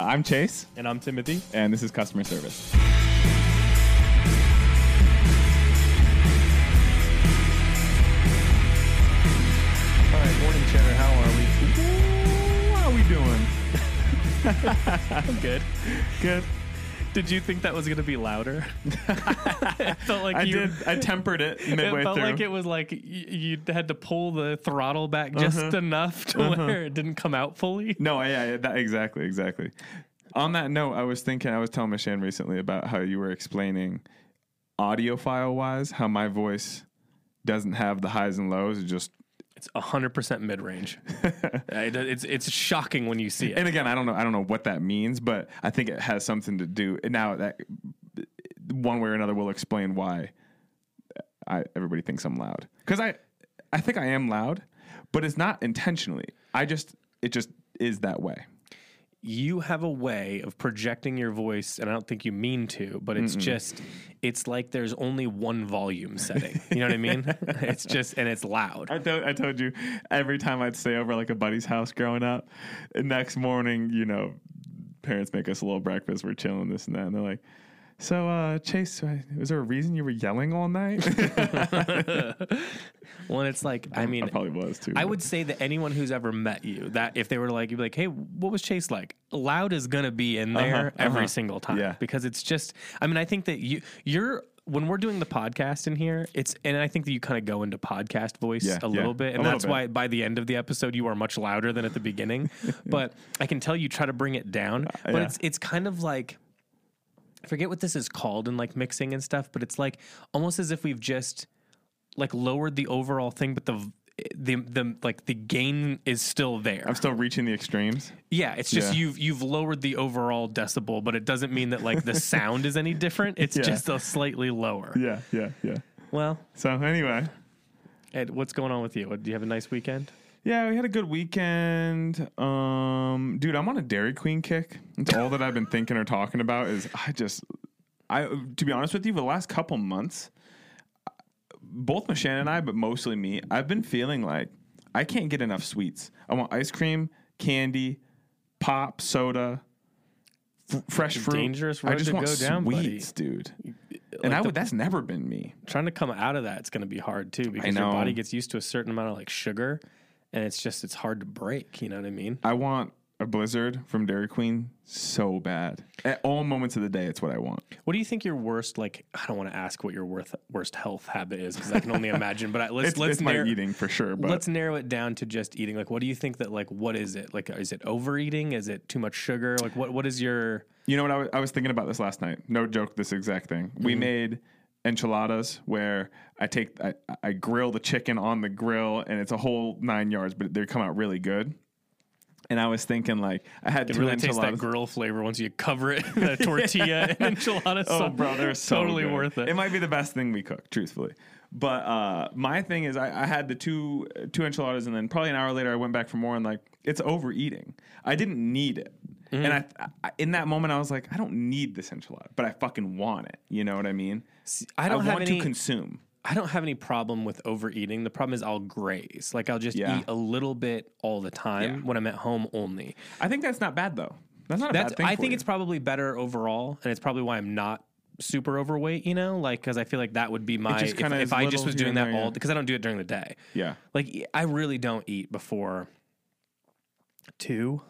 I'm Chase, And I'm Timothy. and this is customer service. All right, morning, Cheddar. How are we? How are we doing? I'm good. Good. Did you think that was gonna be louder? it felt like I you. did. I tempered it midway it felt through. like it was like y- you had to pull the throttle back just enough to where it didn't come out fully. no, yeah, yeah that, exactly, exactly. On that note, I was thinking, I was telling Michelle recently about how you were explaining audiophile wise how my voice doesn't have the highs and lows. It just It's 100% mid range. it's it's shocking when you see it. and again, I don't know, I don't know what that means, but I think it has something to do. And now that one way or another will explain why I everybody thinks I'm loud because I I think I am loud, but it's not intentionally. I just it just is that way. you have a way of projecting your voice, and I don't think you mean to, but it's just, it's like there's only one volume setting. You know what I mean? it's just, and it's loud. I told I told you every time I'd stay over like a buddy's house growing up, next morning, you know, parents make us a little breakfast. We're chilling, this and that, and they're like, "So, uh, Chase, was there a reason you were yelling all night?" Well, and it's like, I mean, I probably was too. I but- would say that anyone who's ever met you, that if they were like, you'd be like, hey, what was Chase like? Loud is gonna be in there every uh-huh. single time Yeah. because it's just. I mean, I think that you you're when we're doing the podcast in here, it's and I think that you kind of go into podcast voice Yeah, a yeah, little bit, a and little that's bit. why by the end of the episode you are much louder than at the beginning. but I can tell you try to bring it down, but Uh, yeah. it's it's kind of like. I forget what this is called in like mixing and stuff, but it's like almost as if we've just like lowered the overall thing, but the the the like the gain is still there. I'm still reaching the extremes. Yeah, it's just Yeah. you've you've lowered the overall decibel, but it doesn't mean that like the sound is any different. It's Yeah. just a slightly lower. Yeah, yeah, yeah. Well, So anyway, Ed, what's going on with you? What- Do you have a nice weekend? yeah, we had a good weekend. Um, dude, I'm on a Dairy Queen kick. It's all that I've been thinking or talking about is I just, I to be honest with you, for the last couple months, both Michelle and I, but mostly me, I've been feeling like I can't get enough sweets. I want ice cream, candy, pop, soda, f- fresh fruit. Dangerous I road just to want go down, buddy. sweets, dude. and I would, that's never been me. Trying to come out of that, it's going to be hard too because your know. body gets used to a certain amount of like sugar, and it's just it's hard to break. You know what I mean? I want a blizzard from Dairy Queen so bad. At all moments of the day, it's what I want. What do you think your worst like? I don't want to ask what your worth, worst health habit is because I can only imagine. But I, let's It's, let's it's narrow- my eating for sure, but let's narrow it down to just eating. Like, what do you think that like? What is it? Like, is it overeating? Is it too much sugar? Like, what what is your? you know what? I was, I was thinking about this last night. No joke, this exact thing. Mm-hmm. We made enchiladas where I take I, I grill the chicken on the grill, and it's a whole nine yards, but they come out really good. And I was thinking, like, I had It two really tastes that enchiladas. grill flavor once you cover it in a tortilla and enchiladas. Oh, So bro, they're so totally good. worth it. It might be the best thing we cook, truthfully. But uh, my thing is, I, I had the two uh, two enchiladas, and then probably an hour later, I went back for more, and like it's overeating. I didn't need it, Mm-hmm. and I, I in that moment, I was like, I don't need this enchilada, but I fucking want it. You know what I mean? I I don't have want any. to consume. I don't have any problem with overeating. The problem is I'll graze. Like I'll just Yeah. eat a little bit all the time Yeah. when I'm at home only. I think that's not bad though. That's not a That's bad thing. I for think you. it's probably better overall, and it's probably why I'm not super overweight. You know, like because I feel like that would be my just if, kinda if is I little just was here doing and that there, yeah. all because I don't do it during the day. yeah. Like e, I really don't eat before two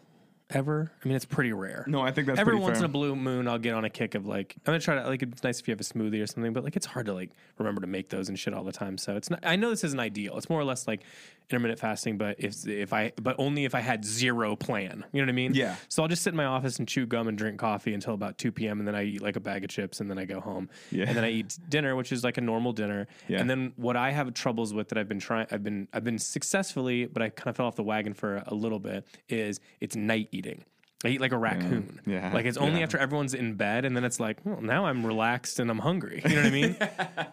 ever. I mean, it's pretty rare. No, I think that's Every pretty once fair. in a blue moon, I'll get on a kick of like I'm gonna try to like it's nice if you have a smoothie or something, but like it's hard to like remember to make those and shit all the time. So it's not. I know this isn't ideal. It's more or less like intermittent fasting, but if if I but only if I had zero plan. You know what I mean? Yeah. So I'll just sit in my office and chew gum and drink coffee until about 2 p.m. and then I eat like a bag of chips and then I go home. Yeah. And then I eat dinner, which is like a normal dinner. Yeah. And then what I have troubles with that I've been trying I've been I've been successfully, but I kind of fell off the wagon for a little bit is it's night eating. I eat like a raccoon. Yeah. Like it's only Yeah. after everyone's in bed and then it's like, well, now I'm relaxed and I'm hungry. You know what I mean?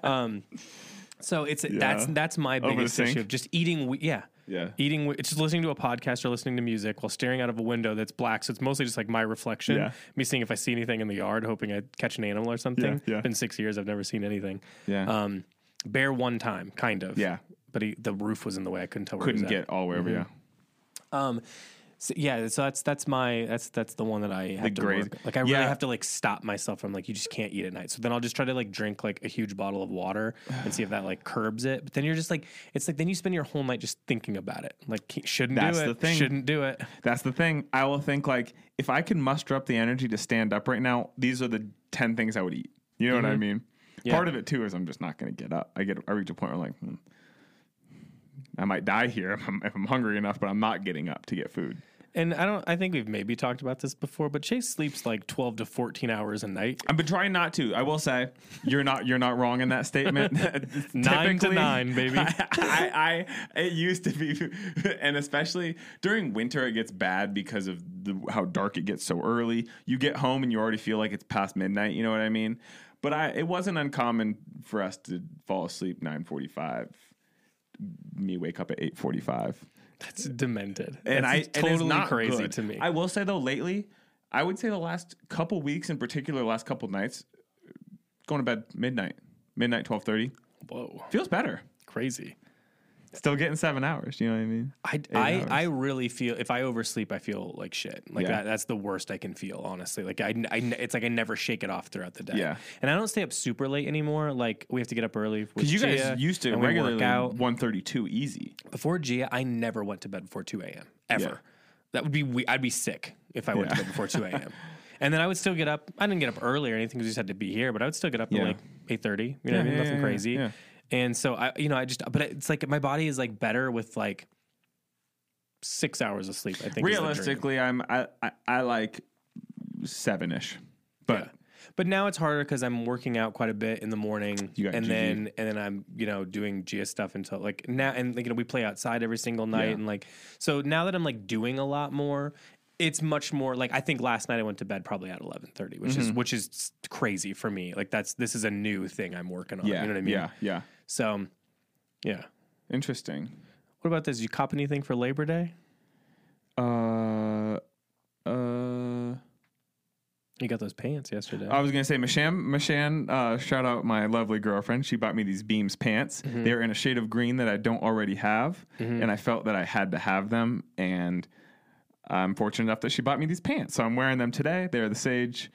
um so it's that's that's my the biggest sink? issue of just eating we- yeah. Yeah. Eating wi- it's just listening to a podcast or listening to music while staring out of a window that's black. So it's mostly just like my reflection. Yeah. Me seeing if I see anything in the yard, hoping I catch an animal or something. yeah. Been six years, I've never seen anything. Yeah. Um bear one time, kind of. Yeah. But he, the roof was in the way. I couldn't tell where Couldn't he was at. get all wherever. Yeah. Um, So, yeah, so that's that's my that's that's the one that I have to graze- work. Like I Yeah. really have to like stop myself from like you just can't eat at night. So then I'll just try to like drink like a huge bottle of water and see if that like curbs it. But then you're just like it's like then you spend your whole night just thinking about it. Like can't- shouldn't That's do it. the thing. Shouldn't do it. That's the thing. I will think like if I can muster up the energy to stand up right now, these are the ten things I would eat. You know what I mean? Part of it too is I'm just not going to get up. I get I reach a point where I'm like hmm, I might die here if I'm, if I'm hungry enough, but I'm not getting up to get food. And I don't I think we've maybe talked about this before, but Chase sleeps like 12 to 14 hours a night. I've been trying not to. I will say you're not you're not wrong in that statement. Nine to Typically, nine, baby. I, I it used to be, and especially during winter, it gets bad because of the, how dark it gets so early. You get home and you already feel like it's past midnight. You know what I mean? But I, it wasn't uncommon for us to fall asleep nine forty five. Me wake up at eight forty five That's demented. and That's I and it's totally not crazy good. to me. I will say though, lately, I would say the last couple weeks, in particular, last couple nights, going to bed midnight, midnight twelve thirty Whoa, feels better. crazy. Still getting seven hours. You know what I mean? I, I, hours. I really feel if I oversleep, I feel like shit. Like Yeah. that, that's the worst I can feel, honestly. Like I, I, it's like I never shake it off throughout the day. Yeah. And I don't stay up super late anymore. Like we have to get up early. with Because you guys Gia, used to and we regularly work out one thirty two easy. before Gia. I never went to bed before two a.m. ever. Yeah. That would be we- I'd be sick if I went to Yeah. bed before two a.m. and then I would still get up. I didn't get up early or anything because we just had to be here. But I would still get up Yeah. at like eight thirty. You know what I mean? yeah, Nothing yeah, yeah, crazy. yeah. And so I, you know, I just, but it's like my body is like better with like six hours of sleep. I think is the dream. Realistically, I'm I I, I like seven ish, but. Yeah. But now it's harder because I'm working out quite a bit in the morning, You got and GG. then and then I'm you know doing Gia stuff until like now, and like, you know we play outside every single night, Yeah. and like so now that I'm like doing a lot more, it's much more like I think last night I went to bed probably at 11:30, which Mm-hmm. is which is s- crazy for me. Like that's this is a new thing I'm working on. Yeah, you know what I mean? yeah, yeah. So, yeah. Interesting. What about this? You cop anything for Labor Day? Uh, uh. You got those pants yesterday. I was gonna say Mashan. Mashan, uh, shout out my lovely girlfriend. She bought me these Beams pants. Mm-hmm. They're in a shade of green that I don't already have, and I felt that I had to have them. And I'm fortunate enough that she bought me these pants, so I'm wearing them today. They're the Sage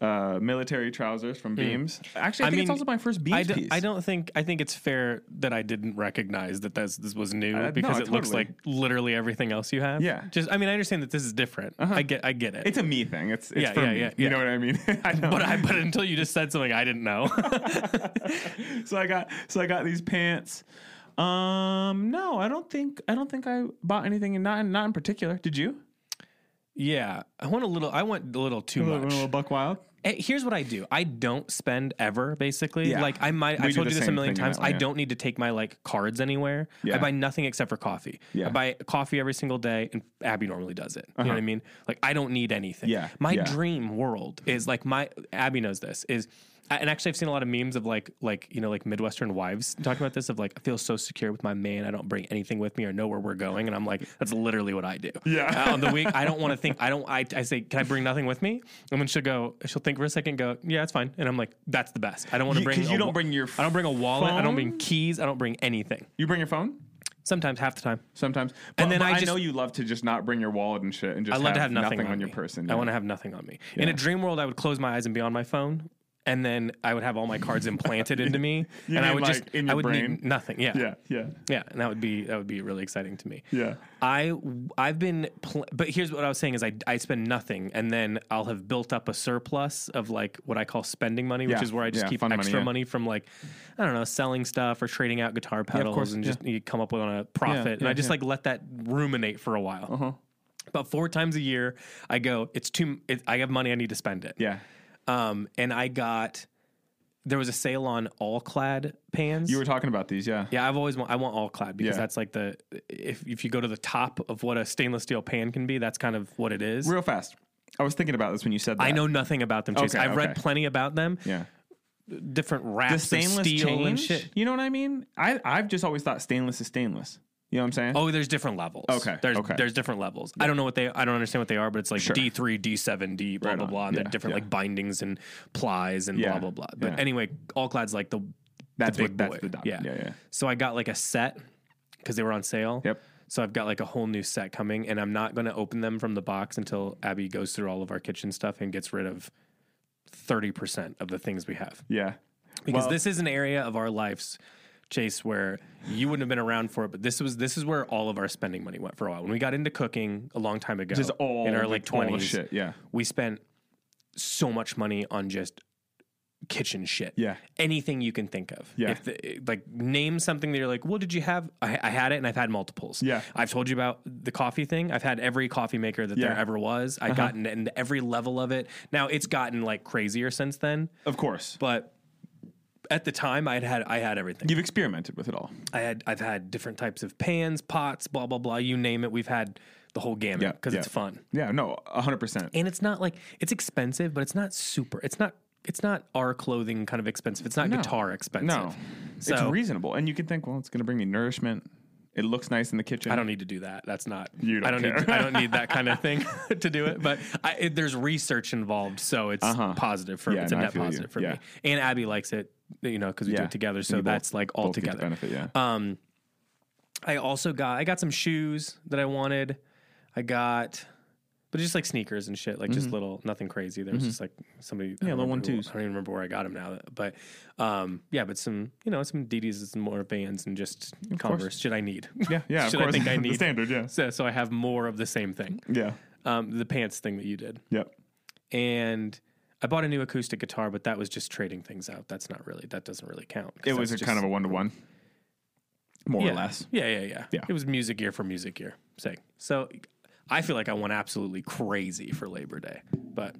uh, military trousers from Beams. Actually, I, Mm. I think it's mean, also my first Beams I, d- piece. I don't think I think it's fair that I didn't recognize that this this was new Uh, no, because it looks totally. like literally everything else you have. Yeah. Uh-huh. Just I mean I understand that this is different. I get I get it. It's a me thing. It's, it's Yeah, for yeah, me. yeah, You yeah. know what I mean? I don't- but I but until you just said something I didn't know. so I got so I got these pants. Um, no, I don't think I don't think I bought anything. and Not not in particular. Did you? yeah. I want a little I want a little too A little- a much. little buck wild. Eh, Here's what I do. I don't spend ever basically. Yeah. Like I might We I do told the you this a same million thing in times. that one, I yeah. don't need to take my like cards anywhere. Yeah. I buy nothing except for coffee. Yeah. Uh-huh. I buy coffee every single day and Abby normally does it. You know what I mean? Like I don't need anything. Yeah, My yeah. dream world is like my Abby knows this is and actually I've seen a lot of memes of like like you know like Midwestern wives talking about this of like I feel so secure with my man I don't bring anything with me or know where we're going and I'm like that's literally what I do Yeah. Uh, on the week I don't want to think I don't I, I say can I bring nothing with me and then she'll go she'll think for a second go yeah it's fine and I'm like that's the best I don't want to You- bring 'cause you a don't wa- bring your I don't bring a wallet I don't bring phone? keys I don't bring anything You bring your phone sometimes half the time sometimes, but, then but I I, just- know you love to just not bring your wallet and shit, and just I love to have nothing, on, your me. person. I yeah. want to have nothing on me. In a dream world, I would close my eyes and be on my phone, and then I would have all my cards implanted into me, You and I mean, would like, just in I your would brain? need nothing. Yeah. yeah, yeah, Yeah, and that would be that would be really exciting to me. yeah. I I've been pl- but here's what I was saying is I I spend nothing and then I'll have built up a surplus of like what I call spending money, which Yeah, is where I just yeah, keep fun money, extra money, yeah. from like I don't know selling stuff or trading out guitar pedals course, and yeah. just you come up with on a profit and yeah, I just yeah. like let that ruminate for a while. Uh-huh. About four times a year, I go. It's too. It, I have money. I need to spend it. Yeah. Um, and I got. There was a sale on all clad pans. You were talking about these, yeah. Yeah, I've always want I want all clad because Yeah. that's like the if if you go to the top of what a stainless steel pan can be, that's kind of what it is. Real fast. I was thinking about this when you said that. I know nothing about them, Chase. Okay, I've read okay. plenty about them. Yeah. Different wraps The stainless of steel and change. shit. You know what I mean? I I've just always thought stainless is stainless. You know what I'm saying? Oh, there's different levels. Okay, There's okay. there's different levels. I don't know what they I don't understand what they are, but it's like D three, D seven, D blah Right blah on. blah. And Yeah, they're different yeah. like bindings and plies and Yeah, blah blah blah. But yeah. anyway, all clad's like the that's big what, that's boy. the dot. Yeah. yeah, yeah. so I got like a set because they were on sale. Yep. So I've got like a whole new set coming, and I'm not going to open them from the box until Abby goes through all of our kitchen stuff and gets rid of thirty percent of the things we have Yeah. because Well- this is an area of our lives chase where you wouldn't have been around for it but this was this is where all of our spending money went for a while when we got into cooking a long time ago Just all in our the- like all the 20s shit, yeah. we spent so much money on just kitchen shit Yeah. anything you can think of Yeah. if the, like name something that you're like well did you have I, I had it and i've had multiples Yeah. i've told you about the coffee thing i've had every coffee maker that there Yeah. Uh-huh. ever was i've gotten into every level of it now it's gotten like crazier since then Of course. but at the time I had had I had everything. You've experimented with it all. I had I've had different types of pans, pots, blah blah blah, you name it. We've had the whole Yeah, gamut because it's yeah. fun. Yeah, no, 100%. And it's not like it's expensive, but it's not super. It's not it's not our clothing kind of expensive. It's not guitar expensive. No. it's So- reasonable. And you can think, well, it's going to bring me nourishment. It looks nice in the kitchen. I don't need to do that. That's not. You don't I don't need. care. I don't need that kind of thing to do it. But I, it, there's research involved, so it's positive for Uh-huh. Yeah, it's a no, I net feel you. positive for Yeah. me. And Abby likes it, you know, because we do Yeah. it together. You So both- that's like all both get the together. benefit, yeah. Um, I also got I got some shoes that I wanted. I got, but just like sneakers and shit, like just little nothing crazy. There was just like somebody, yeah, Mm-hmm. little one twos. I don't even remember where I got them now, but um, yeah, but some you know some DDs and some more bands and just Converse shit I need. yeah, yeah, of Should I course. think I The need- standard, yeah. So, so I have more of the same thing. Yeah. Um, the pants thing that you did. Yep. And I bought a new acoustic guitar, but that was just trading things out. That's not really, that doesn't really count. 'cause It was a that's kind of just- a one to one, more yeah, or less. Yeah, yeah, yeah, Yeah. It was music year for music year sake. So I feel like I went absolutely crazy for Labor Day, but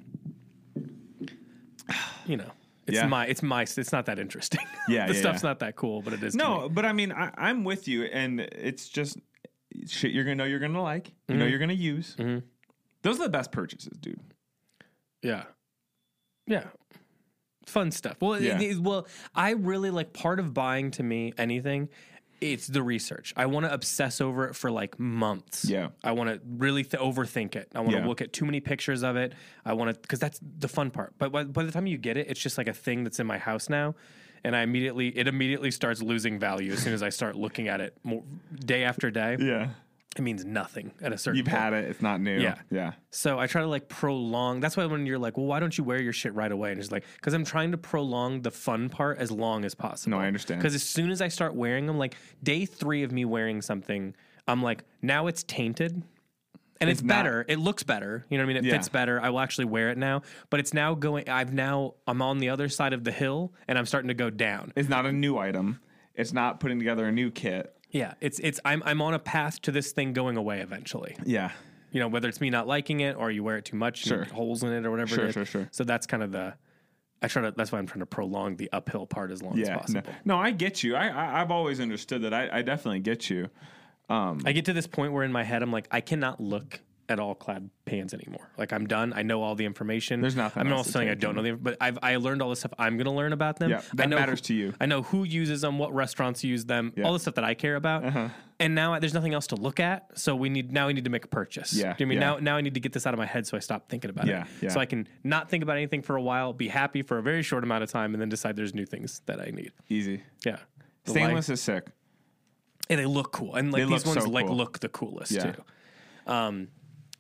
you know, it's Yeah. my, it's my, it's not that interesting. Yeah, the yeah, stuff's yeah. not that cool, but it is. to me. No, but I mean, I, I'm with you, and it's just shit you're gonna know you're gonna like, you know you're gonna use. Those are the best purchases, dude. Yeah. Yeah. Fun stuff. Well, it- Yeah. it- well, I really like part of buying to me anything. It's the research. I want to obsess over it for like months. Yeah. I want to really th- overthink it. I want to Yeah. look at too many pictures of it. I want to because that's the fun part. But by, by the time you get it, it's just like a thing that's in my house now, and I immediately it immediately starts losing value as soon as I start looking at it more, day after day. Yeah, It means nothing at a certain. you've point. had it; it's not new. Yeah. yeah, So I try to like prolong. That's why when you're like, well, why don't you wear your shit right away? And it's like, because I'm trying to prolong the fun part as long as possible. No, I understand. Because as soon as I start wearing them, like day three of me wearing something, I'm like, now it's tainted. And it's, not- better. It looks better. You know what I mean? It Yeah. fits better. I will actually wear it now. But it's now going. I've now. I'm on the other side of the hill, and I'm starting to go down. it's not a new item. It's not putting together a new kit. Yeah. It's. It's. I'm. I'm on a path to this thing going away eventually. Yeah, you know, whether it's me not liking it or you wear it too much, Sure. and holes in it or whatever. Sure, it is. sure, sure. So that's kind of the. I try to. That's why I'm trying to prolong the uphill part as long as yeah. No, possible. no, I get you. I, I I've always understood that. I, I definitely get you. I get to this point where in my head I'm like, I cannot look at all clad pans anymore. Like I'm done. I know all the information. There's nothing I'm else not to saying I take don't know the, but I've I learned all the stuff I'm going to learn about them. Yeah, I that know matters who- to you. I know who uses them, what restaurants use them, all the stuff that I care about. Uh-huh. And now I, there's nothing else to look at, so we need now I need to make a purchase. Yeah, Do you know what I mean yeah. now now I need to get this out of my head so I stop thinking about Yeah, it. yeah. So I can not think about anything for a while, be happy for a very short amount of time, and then decide there's new things that I need. Easy. Yeah. The light- Stainless is sick. and they look cool. And like They these look ones so like cool. look the coolest Yeah. too. Um,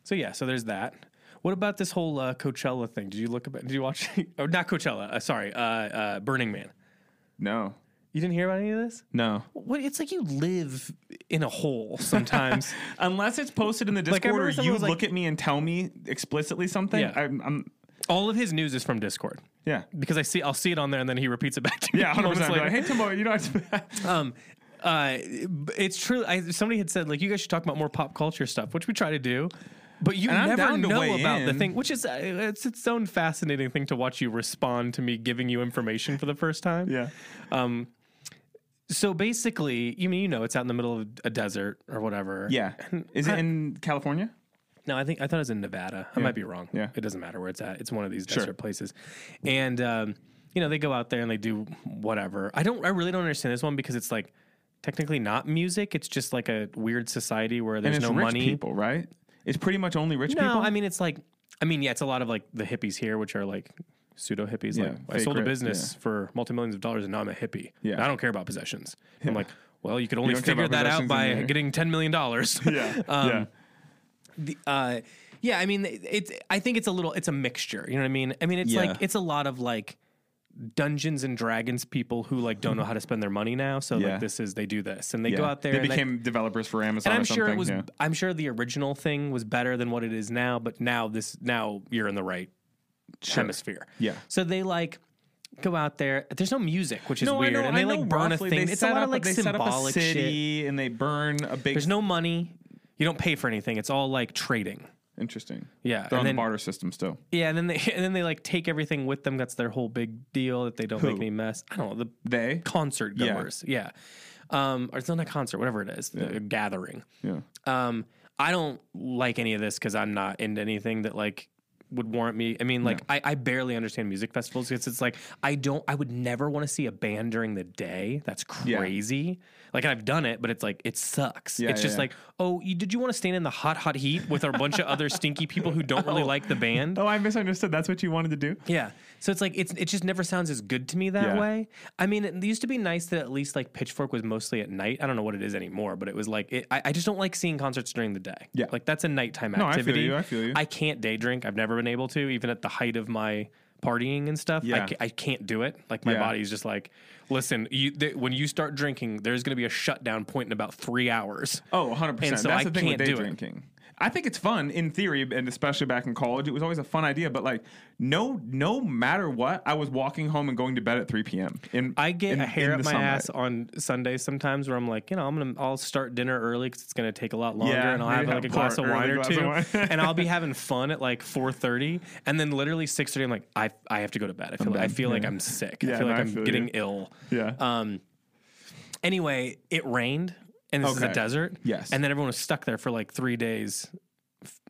so yeah, so there's that. What about this whole uh, Coachella thing? Did you look about? Did you watch? oh, not Coachella. Uh, sorry, uh, uh, Burning Man. No, You didn't hear about any of this? no. What? It's like you live in a hole sometimes. Unless it's posted in the I Discord remember or someone you was like- look at me and tell me explicitly something, Yeah. I'm, I'm All of his news is from Discord yeah. because I see I'll see it on there and then he repeats it back to me. Yeah, 100%. moments Be later. Like, hey, Timbo, you know, Um, uh, b- it's true. I, somebody had said like you guys should talk about more pop culture stuff, which we try to do. But you And I'm never down to know weigh about the in. thing, which is uh, it's its own fascinating thing to watch you respond to me giving you information for the first time. yeah. Um, so basically, you mean you know it's out in the middle of a desert or whatever. Yeah. Is it in California? No, I think I thought it was in Nevada. I might be wrong. Yeah. It doesn't matter where it's at. It's one of these desert places. And um, you know, they go out there and they do whatever. I don't I really don't understand this one because it's like technically not music. It's just like a weird society where And there's it's no rich money. people, right? It's pretty much only rich No, people. I mean it's like I mean, yeah, it's a lot of like the hippies here, which are like pseudo hippies. like Yeah, I fake sold a rich, business for multi millions of dollars and now I'm a hippie. Yeah. And I don't care about possessions. I'm like, Well, you could only don't care figure about that possessions out in by there. getting ten million dollars. Yeah. Um, yeah. the, uh, yeah, I mean, it's. I think it's a little. It's a mixture. You know what I mean? I mean, it's Yeah. like it's a lot of like Dungeons and Dragons people who like don't know how to spend their money now. So Hmm. Yeah. like this is they do this and they yeah. go out there. They and became developers for Amazon and I'm or something. sure it was. yeah. I'm sure the original thing was better than what it is now. But now this, now you're in the right hemisphere. Yeah. So they like go out there. There's no music, which is weird, and they like burn roughly. a thing. They it's a set lot up of like they set up a symbolic shit. city and they burn a big. There's no money. You don't pay for anything. It's all like trading. Interesting. Yeah, They're and on then- the barter system still. Yeah, and then they and then they like take everything with them. That's their whole big deal that they don't make Who? any mess. I don't know the They. concert Yeah. goers. Yeah, um, or it's not a concert, whatever it is, the gathering. Yeah. Um, I don't like any of this because I'm not into anything that like would warrant me. I mean, like I, I barely understand music festivals because it's like I don't. I would never want to see a band during the day. That's Yeah. crazy. Like I've done it, but it's like it sucks. Yeah, it's yeah, just yeah. like, oh, you, did you want to stand in the hot, hot heat with a bunch of other stinky people who don't really like the band? Oh, I misunderstood. That's what you wanted to do. Yeah. So it's like it's it just never sounds as good to me that Yeah. way. I mean, it used to be nice that at least like Pitchfork was mostly at night. I don't know what it is anymore, but it was like it, I, I just don't like seeing concerts during the day. Yeah. Like that's a nighttime No, I feel activity. you, I feel you. I can't day drink. I've never been able to, even at the height of my partying and stuff. I, Yeah. ca- I can't do it. Like my Yeah. body's just like, listen, you th- when you start drinking, there's going to be a shutdown point in about three hours. Oh, 100 And percent. so That's I the thing with can't day do it. drinking. I think it's fun in theory, and especially back in college, it was always a fun idea. But like, no, no matter what, I was walking home and going to bed at 3 p.m. And I get in- a hair in up the my sunlight. ass on Sundays sometimes where I'm like, you know, I'm gonna I'll start dinner early because it's gonna take a lot longer, Yeah, and I'll maybe have have like a glass part of wine early or glass two, of wine. and I'll be having fun at like 4:30, and then literally 6:30, I'm like, I I have to go to bed. I feel like, I done. feel like Yeah. I'm sick. I Yeah, feel like no, I I'm feel getting you. ill. Yeah. Um. Anyway, it rained, and this is a Okay. desert. Yes. And then everyone was stuck there for like three days. f-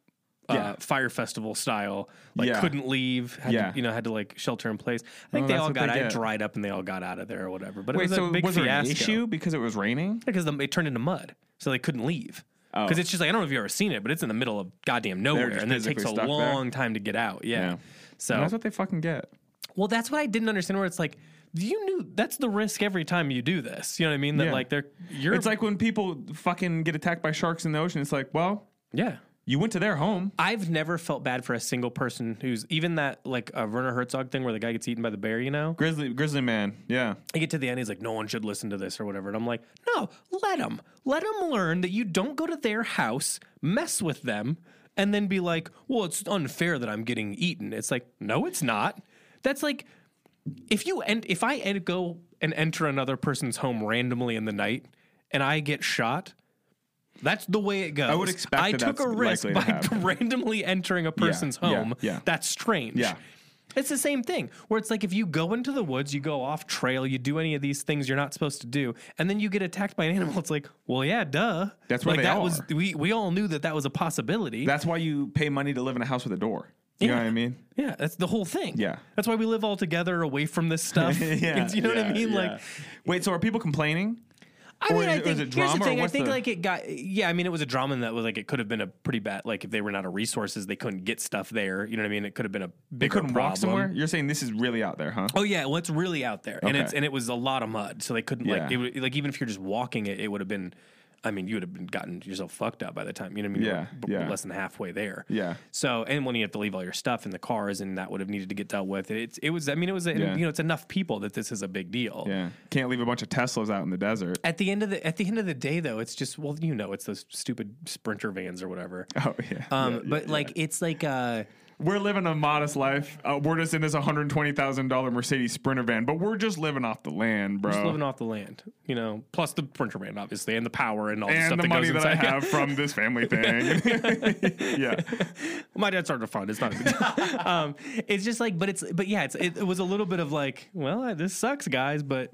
Yeah. Uh, fire festival style, like Yeah. couldn't leave, had Yeah. to, you know, had to like shelter in place. I think Oh, they that's all what got they I get. dried up and they all got out of there or whatever. But it Wait, was so a big was there an fiasco issue because it was raining? because them- it turned into mud, so they couldn't leave. Oh. Because it's just like I don't know if you've ever seen it, but it's in the middle of goddamn nowhere, just and it takes physically a stuck there. long time to get out. Yeah. Yeah. So That's what they fucking get. well, that's what I didn't understand. Where it's like you knew that's the risk every time you do this. You know what I mean? That Yeah. like they're you're It's like when people fucking get attacked by sharks in the ocean. It's like, well, yeah. you went to their home. I've never felt bad for a single person who's even that like a Werner Herzog thing where the guy gets eaten by the bear. You know, Grizzly, grizzly man. Yeah. I get to the end, he's like, no one should listen to this or whatever. And I'm like, no, let them. Let them learn that you don't go to their house, mess with them, and then be like, well, it's unfair that I'm getting eaten. It's like, no, it's not. That's like, if you and if I en- go and enter another person's home randomly in the night and I get shot, that's the way it goes. I would expect I that took a that's risk likely to by happen. randomly entering a person's yeah, home. yeah. That's strange. Yeah. It's the same thing where it's like if you go into the woods, you go off trail, you do any of these things you're not supposed to do, and then you get attacked by an animal. It's like, well, yeah, duh. That's where like they that was. are. We we all knew that that was a possibility. That's why you pay money to live in a house with a door. You know Yeah. what I mean? yeah, that's the whole thing. Yeah. that's why we live all together away from this stuff. It's- you know what I yeah, mean? yeah. Like, wait, so are people complaining? I Or is mean, I it- was think it here's drama the or thing. I what's think the- like it got. Yeah, I mean, it was a drama and that was like it could have been a pretty bad. Like if they ran out of resources, they couldn't get stuff there. You know what I mean? It could have been a They bigger couldn't walk problem. somewhere? You're saying this is really out there, huh? Oh yeah, well it's really out there, and it's Okay. and it was a lot of mud, so they couldn't Yeah. like it would, like even if you're just walking it, it would have been, I mean you would have been gotten yourself fucked up by the time you know what I mean You Yeah, were b- yeah. less than halfway there Yeah. so and when you have to leave all your stuff in the cars and that would have needed to get dealt with it's it was I mean it was Yeah. you know it's enough people that this is a big deal Yeah. Can't leave a bunch of Teslas out in the desert. at the end of the at the end of the day though it's just well you know it's those stupid sprinter vans or whatever Oh, yeah. um Yeah, yeah, but yeah. like it's like uh. we're living a modest life. Uh, we're just in this $120,000 Mercedes Sprinter van, but we're just living off the land, bro. Just living off the land, you know, plus the printer van, obviously, and the power and all the and stuff the that money goes that I inside. have from this family thing. yeah. My dad started a fund. It's not a big deal. um, it's just like, but it's, but yeah, it's, it, it was a little bit of like, well, I- this sucks, guys, but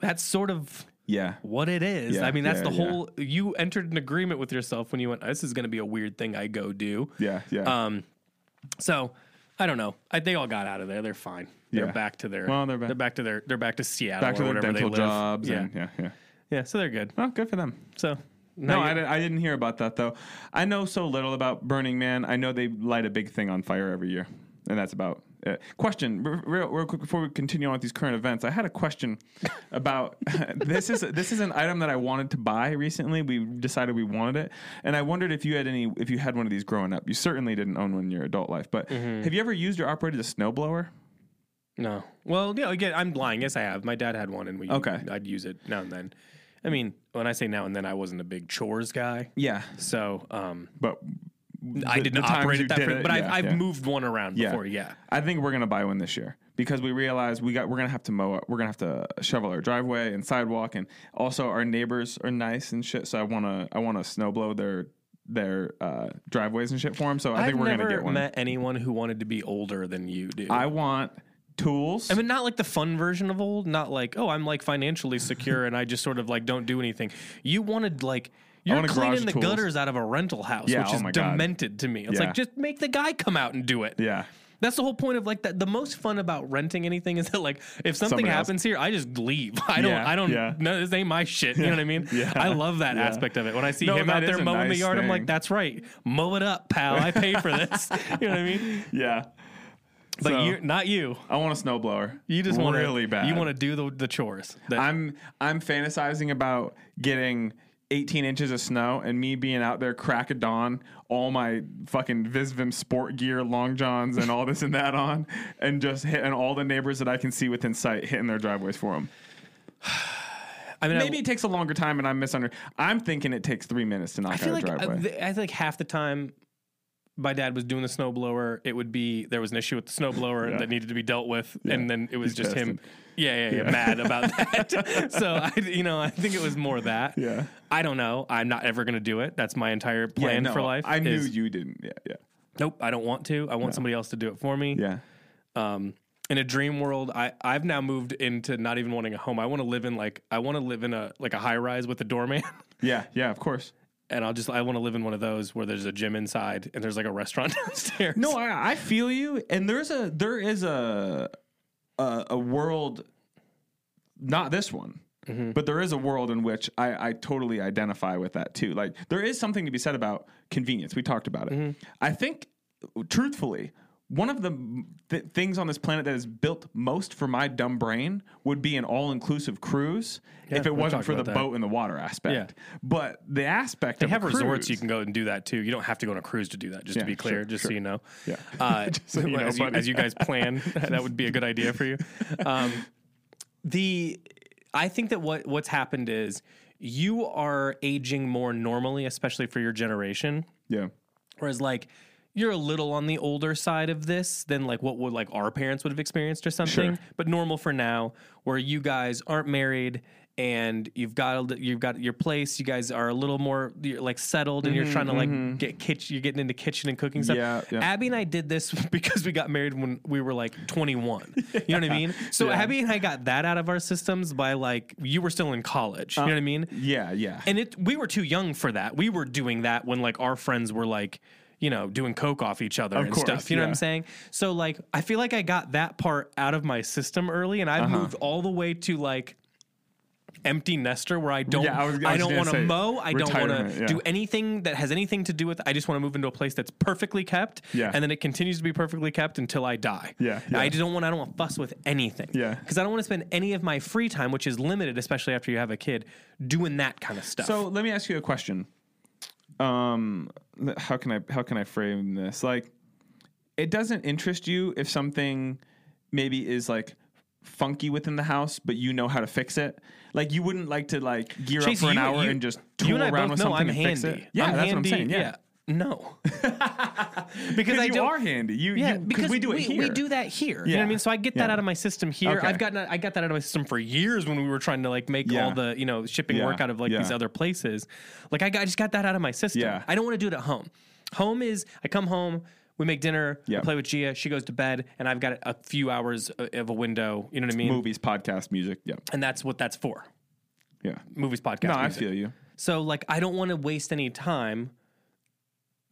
that's sort of Yeah. what it is. Yeah, I mean, that's yeah, the yeah. whole, you entered an agreement with yourself when you went, this is going to be a weird thing I go do. Yeah. Yeah. Um, so I don't know. I, they all got out of there. They're fine. They're Yeah. back to their, Well, they're back. they're back to their, they're back to Seattle Back or to their whatever dental they live. jobs. Yeah. And, yeah. Yeah. yeah. So they're good. Well, good for them. So No, now I, you- di- I didn't hear about that though. I know so little about Burning Man. I know they light a big thing on fire every year, and that's about Uh, question, r- real, real quick before we continue on with these current events, I had a question about this is this is an item that I wanted to buy recently. We decided we wanted it, and I wondered if you had any if you had one of these growing up. You certainly didn't own one in your adult life, but have you ever used or operated a snowblower? No. Well, yeah. Again, I'm lying. Yes, I have. My dad had one, and we. Okay. I'd use it now and then. I mean, when I say now and then, I wasn't a big chores guy, Yeah, so um, but I the- the didn't times operate you it that. did fre- it, but yeah, I've, I've yeah. moved one around Yeah. before. Yeah. I think we're gonna buy one this year because we realize we got we're gonna have to mow it. We're gonna have to shovel our driveway and sidewalk, and also our neighbors are nice and shit. So I wanna I wanna snowblow their their uh, driveways and shit for them. So I I've think we're never gonna get one. met anyone who wanted to be older than you, dude. I want tools. I mean, not like the fun version of old, not like, oh, I'm like financially secure and I just sort of like don't do anything. You wanted like, you're want a garage cleaning the tools. gutters out of a rental house, Yeah, which oh is my God. demented to me. It's Yeah. like, just make the guy come out and do it. yeah, That's the whole point of like that. The most fun about renting anything is that like if something Somebody else- happens here, I just leave. I don't. Yeah, I don't. yeah. No, this ain't my shit. You know what I mean? Yeah, I love that yeah. aspect of it. When I see No, him that out is there a mowing the nice yard, I'm thing. like, that's right. Mow it up, pal. I paid for this. you know what I mean? yeah. But So, you, not you. I want a snowblower. You just want really bad. You want to do the, the chores. That, I'm I'm fantasizing about getting 18 inches of snow and me being out there crack of dawn, all my fucking Visvim sport gear, long johns, and all this and that on, and just hitting all the neighbors that I can see within sight, hitting their driveways for them. I mean, I- Maybe it takes a longer time, and I'm misunder. I'm thinking it takes three minutes to knock I feel out a like uh, driveway. th- I feel like half the time my dad was doing the snowblower, it would be there was an issue with the snowblower that needed to be dealt with, and then it was He's just him. Yeah, yeah, yeah, mad about that. so I, you know, I think it was more that. Yeah. I don't know. I'm not ever going to do it. That's my entire Yeah, plan no, for life. I knew is, you didn't. Yeah, yeah, Nope. I don't want to. I want somebody else to do it for me. yeah. um, in a dream world, I I've now moved into not even wanting a home. I want to live in like I want to live in a like a high rise with a doorman, Yeah, yeah, of course. and I'll just I want to live in one of those where there's a gym inside and there's like a restaurant downstairs. No, I, I feel you, and there's a there is a a, a world, not this one, Mm-hmm. but there is a world in which I, I totally identify with that too. Like there is something to be said about convenience. We talked about it. Mm-hmm. I think, truthfully. One of the m- th- things on this planet that is built most for my dumb brain would be an all-inclusive cruise if it wasn't talked for the about that. boat and the water aspect. But the aspect They of have a resorts you cruise- can go and do that too. You don't have to go on a cruise to do that. Just Yeah, to be clear, sure, just sure. so you know. Yeah. Uh, so you know, as, you, buddy. as you guys plan, that would be a good idea for you. Um, the I think that what what's happened is you are aging more normally, especially for your generation. yeah. Whereas like you're a little on the older side of this than like what would like our parents would have experienced or something, Sure. but normal for now, where you guys aren't married and you've got a- you've got your place. You guys are a little more you're like settled, and you're trying to like get kitchen. You're getting into kitchen and cooking stuff. Mm-hmm, Yeah, yeah. Abby and I did this because we got married when we were like 21. You know what I mean? So Abby and I got that out of our systems by like you were still in college. Uh, you know what I mean? Yeah, yeah. and it we were too young for that. We were doing that when like our friends were like, you know, doing coke off each other and course, stuff. You know what yeah. I'm saying? So like, I feel like I got that part out of my system early, and I've Uh-huh. moved all the way to like empty nester where I don't Yeah, I I, was- I was don't gonna want say to mow, I don't want retirement, to yeah. do anything that has anything to do with I just want to move into a place that's perfectly kept Yeah. and then it continues to be perfectly kept until I die. Yeah, yeah. I just don't want I don't want to fuss with anything. Yeah. Cuz I don't want to spend any of my free time which is limited especially after you have a kid doing that kind of stuff. So let me ask you a question. Um, th- how can I how can I frame this? Like, it doesn't interest you if something maybe is like funky within the house, but you know how to fix it. Like, you wouldn't like to like gear Chase, up for an you- hour you- and just you tool and I around both with know something I'm and handy. fix it. Yeah, I'm that's handy, what I'm saying. Yeah, No, because I you don't- are handy. You Yeah, you, because we do it we, here. we do that here. You know what Yeah. I mean? So I get that Yeah. out of my system here. Okay. I've gotten I got that out of my system for years when we were trying to like make Yeah. all the you know shipping Yeah. work out of like Yeah. these other places. Like I, got, I just got that out of my system. Yeah. I don't want to do it at home. Home is I come home. We make dinner, Yeah. I play with Gia, she goes to bed, and I've got a few hours of a window, you know what I mean? movies, podcast, music. Yeah, And that's what that's for. yeah. Movies, podcast, No, I music. feel you. So like I don't want to waste any time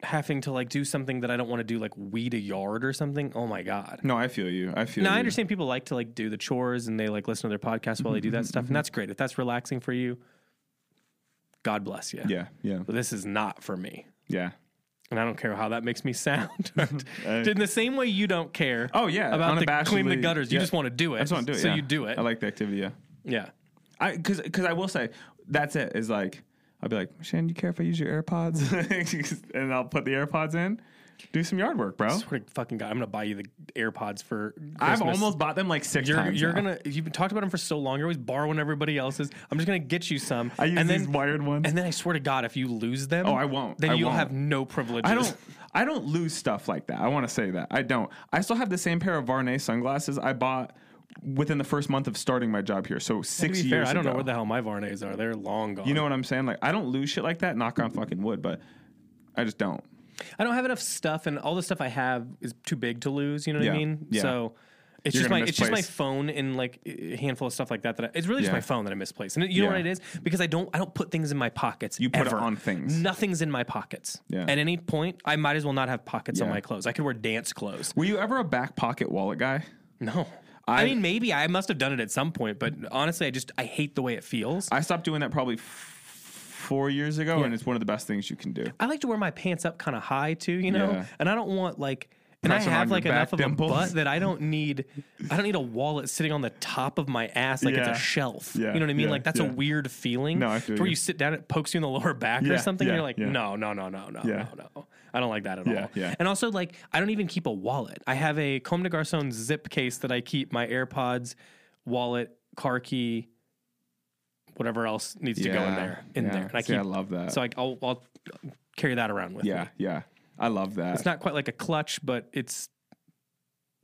having to like do something that I don't want to do like weed a yard or something. Oh my god. No, I feel you. I feel. Now I you. understand people like to like do the chores and they like listen to their podcast while they Mm-hmm, do that stuff and that's great. If that's relaxing for you, God bless you. Yeah, yeah, But this is not for me. yeah. and I don't care how that makes me sound. I- In the same way you don't care. Oh, yeah, about the clean the unabashedly, gutters. You yeah. just want to do it. I just want to do it. So yeah. you do it. I like the activity. Yeah. yeah. I because because I will say that's it. Is like I'll be like, Shan, you care if I use your AirPods? and I'll put the AirPods in, do some yard work, bro. Swear to fucking God, I'm gonna buy you the AirPods for. Christmas. Oh. I've almost bought them like 6 You're, times. you're now. gonna. You've talked about them for so long. You're always borrowing everybody else's. I'm just gonna get you some. I use and these then, wired ones. And then I swear to God, if you lose them, Oh, I won't. Then I you'll won't. have no privileges. I don't. I don't lose stuff like that. I want to say that I don't. I still have the same pair of Varney sunglasses I bought within the first month of starting my job here. So To six be years. fair, I don't know ago. where the hell my Varnays are. They're long gone. You know what I'm saying? Like I don't lose shit like that. Knock on fucking wood, but I just don't. I don't have enough stuff, and all the stuff I have is too big to lose. You know what I Yeah, mean? yeah. So it's You're just my gonna it's just my misplace. phone and like a handful of stuff like that. That I, it's really just Yeah. my phone that I misplaced. And you know Yeah. what it is because I don't I don't put things in my pockets. You put it ever. on things. Nothing's in my pockets. Yeah. At any point, I might as well not have pockets on Yeah. my clothes. I could wear dance clothes. Were you ever a back pocket wallet guy? No. I, I- mean, maybe I must have done it at some point, but honestly, I just I hate the way it feels. I, I stopped doing that probably f- four years ago, and it's one of the best things you can do. like to wear my pants up kind of high too, you know, Yeah. and I don't want like. And I Pressing on have your like back enough of dimples. a butt that I don't need. I don't need a wallet sitting on the top of my ass like it's Yeah. a shelf. Yeah, You know what I mean? yeah, like that's yeah. a weird feeling. No, I feel where you. you sit down, it pokes you in the lower back Yeah, or something. yeah, and you're like, yeah. no, no, no, no, no, Yeah. no, no. I don't like that at Yeah, all. yeah. And also, like, I don't even keep a wallet. I have a Comme des Garçons zip case that I keep my AirPods, wallet, car key, whatever else needs to go in there. In yeah. there, and I See, keep. I love that. so I, I'll, I'll carry that around with yeah, me. yeah, I love that. It's not quite like a clutch, but it's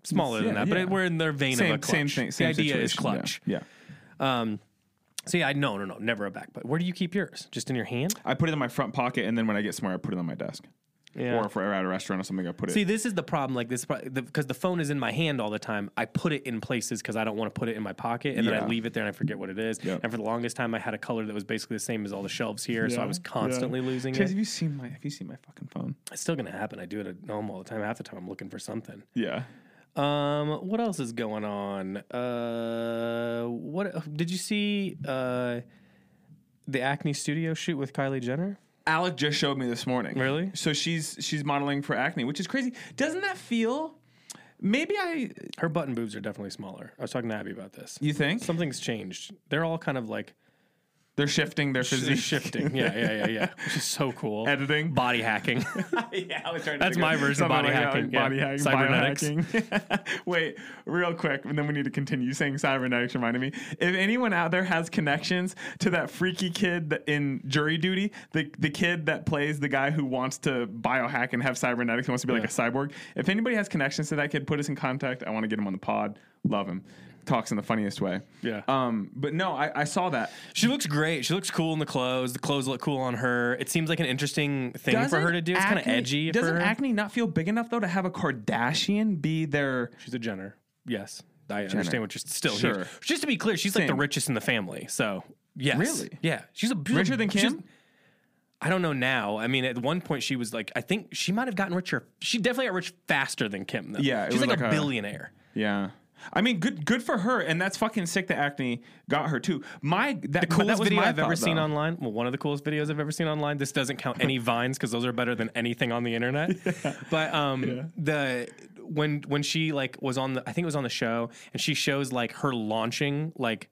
smaller It's- than yeah, that. But yeah. it, we're in their vein same, of a clutch. same thing. Same the idea is situation, yeah, clutch. Yeah, Um, so yeah, I no, no, no, never a back. But where do you keep yours? Just in your hand? I put it in my front pocket, and then when I get somewhere, I put it on my desk. Yeah. Or if we're at a restaurant or something, I put it. See, this is the problem. Like this, because the, 'cause the phone is in my hand all the time. I put it in places because I don't want to put it in my pocket, and then I Yeah. leave it there and I forget what it is. Yep. And for the longest time, I had a color that was basically the same as all the shelves here, so I Yeah, was yeah. constantly losing Chase, it. have you seen my? Have you seen my fucking phone? It's still gonna happen. I do it at home all the time. Half the time, I'm looking for something. Yeah. Um, what else is going on? Uh, what did you see? Uh, the Acne Studio shoot with Kylie Jenner. Alec just showed me this morning. Really? So she's she's modeling for acne, which is crazy. Doesn't that feel? Maybe I. Her button boobs are definitely smaller. I was talking to Abby about this. You think Something's changed. They're all kind of like they're shifting their physique? They're shifting. Yeah, yeah, yeah, yeah. Which is so cool. Editing. body hacking. yeah, I was trying to That's think my of version of something body that, hacking, yeah. Body hacking, Cybernetics. biohacking. Wait, real quick, and then we need to continue saying cybernetics reminded me. If anyone out there has connections to that freaky kid that in jury duty, the, the kid that plays the guy who wants to biohack and have cybernetics and wants to be like a cyborg, if anybody has connections to that kid, put us in contact. I want to get him on the pod. Love him. Talks in the funniest way. Yeah. Um, but no, I, I saw that. Uh, she looks great. She looks cool in the clothes. The clothes look cool on her. It seems like an interesting thing for her to do. It's kind of acne- edgy for Doesn't her. acne not feel big enough though to have a Kardashian be their she's a Jenner. Yes. I understand what you're still Sure. here. Just to be clear, she's like the Same. richest in the family. So, yes. Really? Yeah. She's a she's a- richer than she's- Kim? I don't know now. I mean, at one point she was like, I think she might have gotten richer. She definitely got rich faster than Kim. Though. Yeah, it she's was like, a, like a- billionaire. Yeah. I mean, good good for her, and that's fucking sick that acne got her too. My that, but that Coolest was video my I've ever thought, seen though. online. Well, one of the coolest videos I've ever seen online. This doesn't count any vines because those are better than anything on the internet. But um, the when when she like was on the I think it was on the show and she shows like her launching like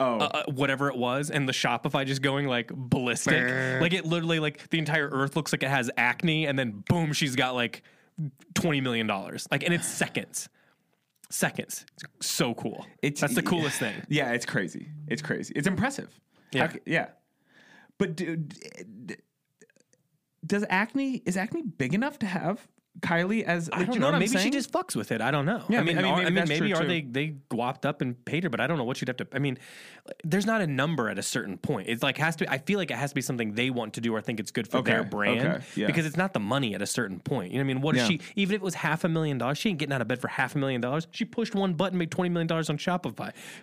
Oh, uh, whatever it was and the Shopify just going like ballistic. like it literally like the entire earth looks like it has acne and then boom she's got like 20 million dollars. Like and it's seconds. Seconds. It's so cool. It's- That's the coolest thing. yeah, it's crazy. It's crazy. It's impressive. Yeah. Ac- yeah. But dude, d- d- does acne is acne big enough to have Kylie as? Like, I don't you know. know, what maybe I'm saying? she just fucks with it. I don't know. I I mean, mean, are- I maybe mean, maybe, that's true, are too. they they guapped up and paid her? But I don't know what you'd have to. I mean, there's not a number at a certain point. It's like has to. I feel like it has to be something they want to do or think it's good for their Okay, brand okay, yeah. because it's not the money at a certain point. You know what I mean? What if Yeah. she? Even if it was half a million dollars, she ain't getting out of bed for half a million dollars. She pushed one button, made twenty million dollars on Shopify. You know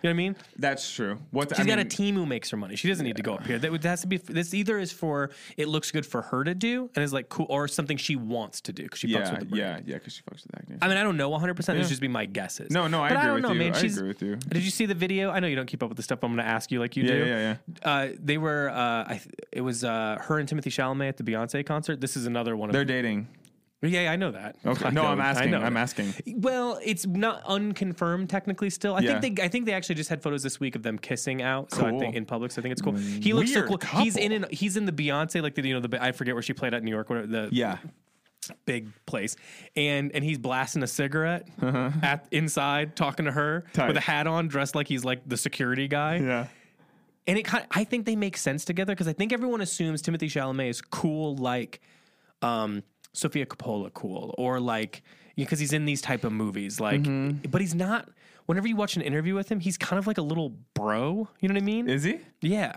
what I mean? That's true. What She's I got a mean, team who makes her money. She doesn't need to go up here. That would- has to be. This either is for it looks good for her to do and is like cool, or something she wants to do because she fucks fucks yeah, with the brand. yeah, yeah, because she fucks with acne. I mean, I don't know 100. percent These Yeah. just be my guesses. No, no, I But agree I don't with know, you. man. I She's- agree with you. Did you see the video? I know you don't keep up with the stuff I'm going to ask you like you Yeah, do. yeah, yeah. Uh, they were. Uh, I th- it was uh, her and Timothy Chalamet at the Beyonce concert. This is another one of. They're dating. yeah, yeah, I know that. Okay. I No, know- I'm I asking. know I'm that. asking. Well, it's not unconfirmed technically. Still, I Yeah. think they. I think they actually just had photos this week of them kissing out. So I Cool. think in public. So I think it's cool. He looks Weird so cool. He's in couple. an. He's in the Beyonce like the you know the I forget where she played at in New York. Where the Yeah. big place, and and he's blasting a cigarette at inside, talking to her Uh-huh. Tight. with a hat on, dressed like he's like the security guy. Yeah. And it kind I think they make sense together because I think everyone assumes Timothy Chalamet is cool like um, Sophia Coppola cool or like because he's in these type of movies like, Mm-hmm. but he's not. Whenever you watch an interview with him, he's kind of like a little bro. You know what I mean? Is he? yeah.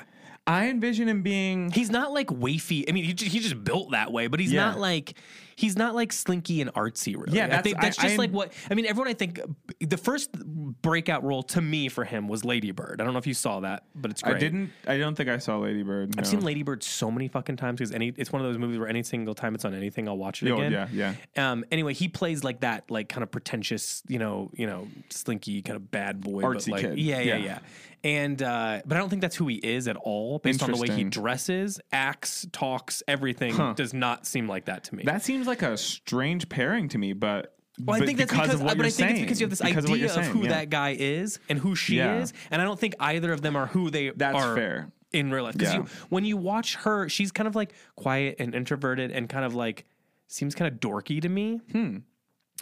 I envision him being. He's not like wafy. I mean, he, ju- he just built that way, but he's Yeah. not like he's not like slinky and artsy. Really, Yeah, I that's- think I- that's just I'm- like what I mean. Everyone, I think uh, b- the first breakout role to me for him was Lady Bird. I don't know if you saw that, but it's great. I didn't. I don't think I saw Lady Bird. I've seen Lady Bird so many fucking times because any it's one of those movies where any single time it's on anything, I'll watch it Oh, again. yeah, yeah. Um. Anyway, he plays like that, like kind of pretentious, you know, you know, slinky kind of bad boy, but Artsy like, kid. Yeah, yeah, Yeah. yeah, And uh, but I don't think that's who he is at all, based on the way he Interesting. dresses, acts, talks, everything does not seem like that to me. That seems like a strange pairing to me, but. well, I but think that's because, because of what uh, but you're I think it's saying, because you have this because of what idea you're of, saying, who yeah. that guy is and who she Yeah. is, and I don't think either of them are who they That's are fair. in real life. Because Yeah. you, when you watch her, she's kind of like quiet and introverted and kind of like seems kind of dorky to me. Hmm.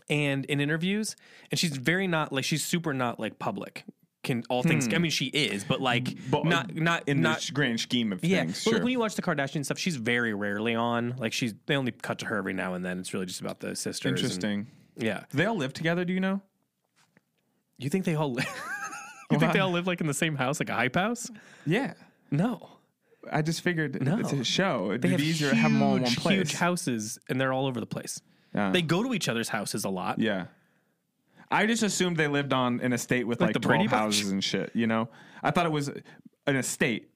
And in interviews, and she's very not like she's super not like public. Can all things? I mean, she is, but like Hmm. But, uh, not not in not the grand scheme of yeah. things. but sure. like when you watch the Kardashian stuff, she's very rarely on. Like she's they only cut to her every now and then. It's really just about the sisters. and- Interesting. yeah. Do they all live together? Do you know? You think they all live? you think they all live like in the same house, like a hype house? Yeah. No, I just figured No. it's a show. It'd they be have easier huge, to have them all in one huge place. houses, and they're all over the place. Yeah. They go to each other's houses a lot. yeah. I just assumed they lived on an estate with like, the Brady 12 Bunch? houses and shit, you know? I thought it was an estate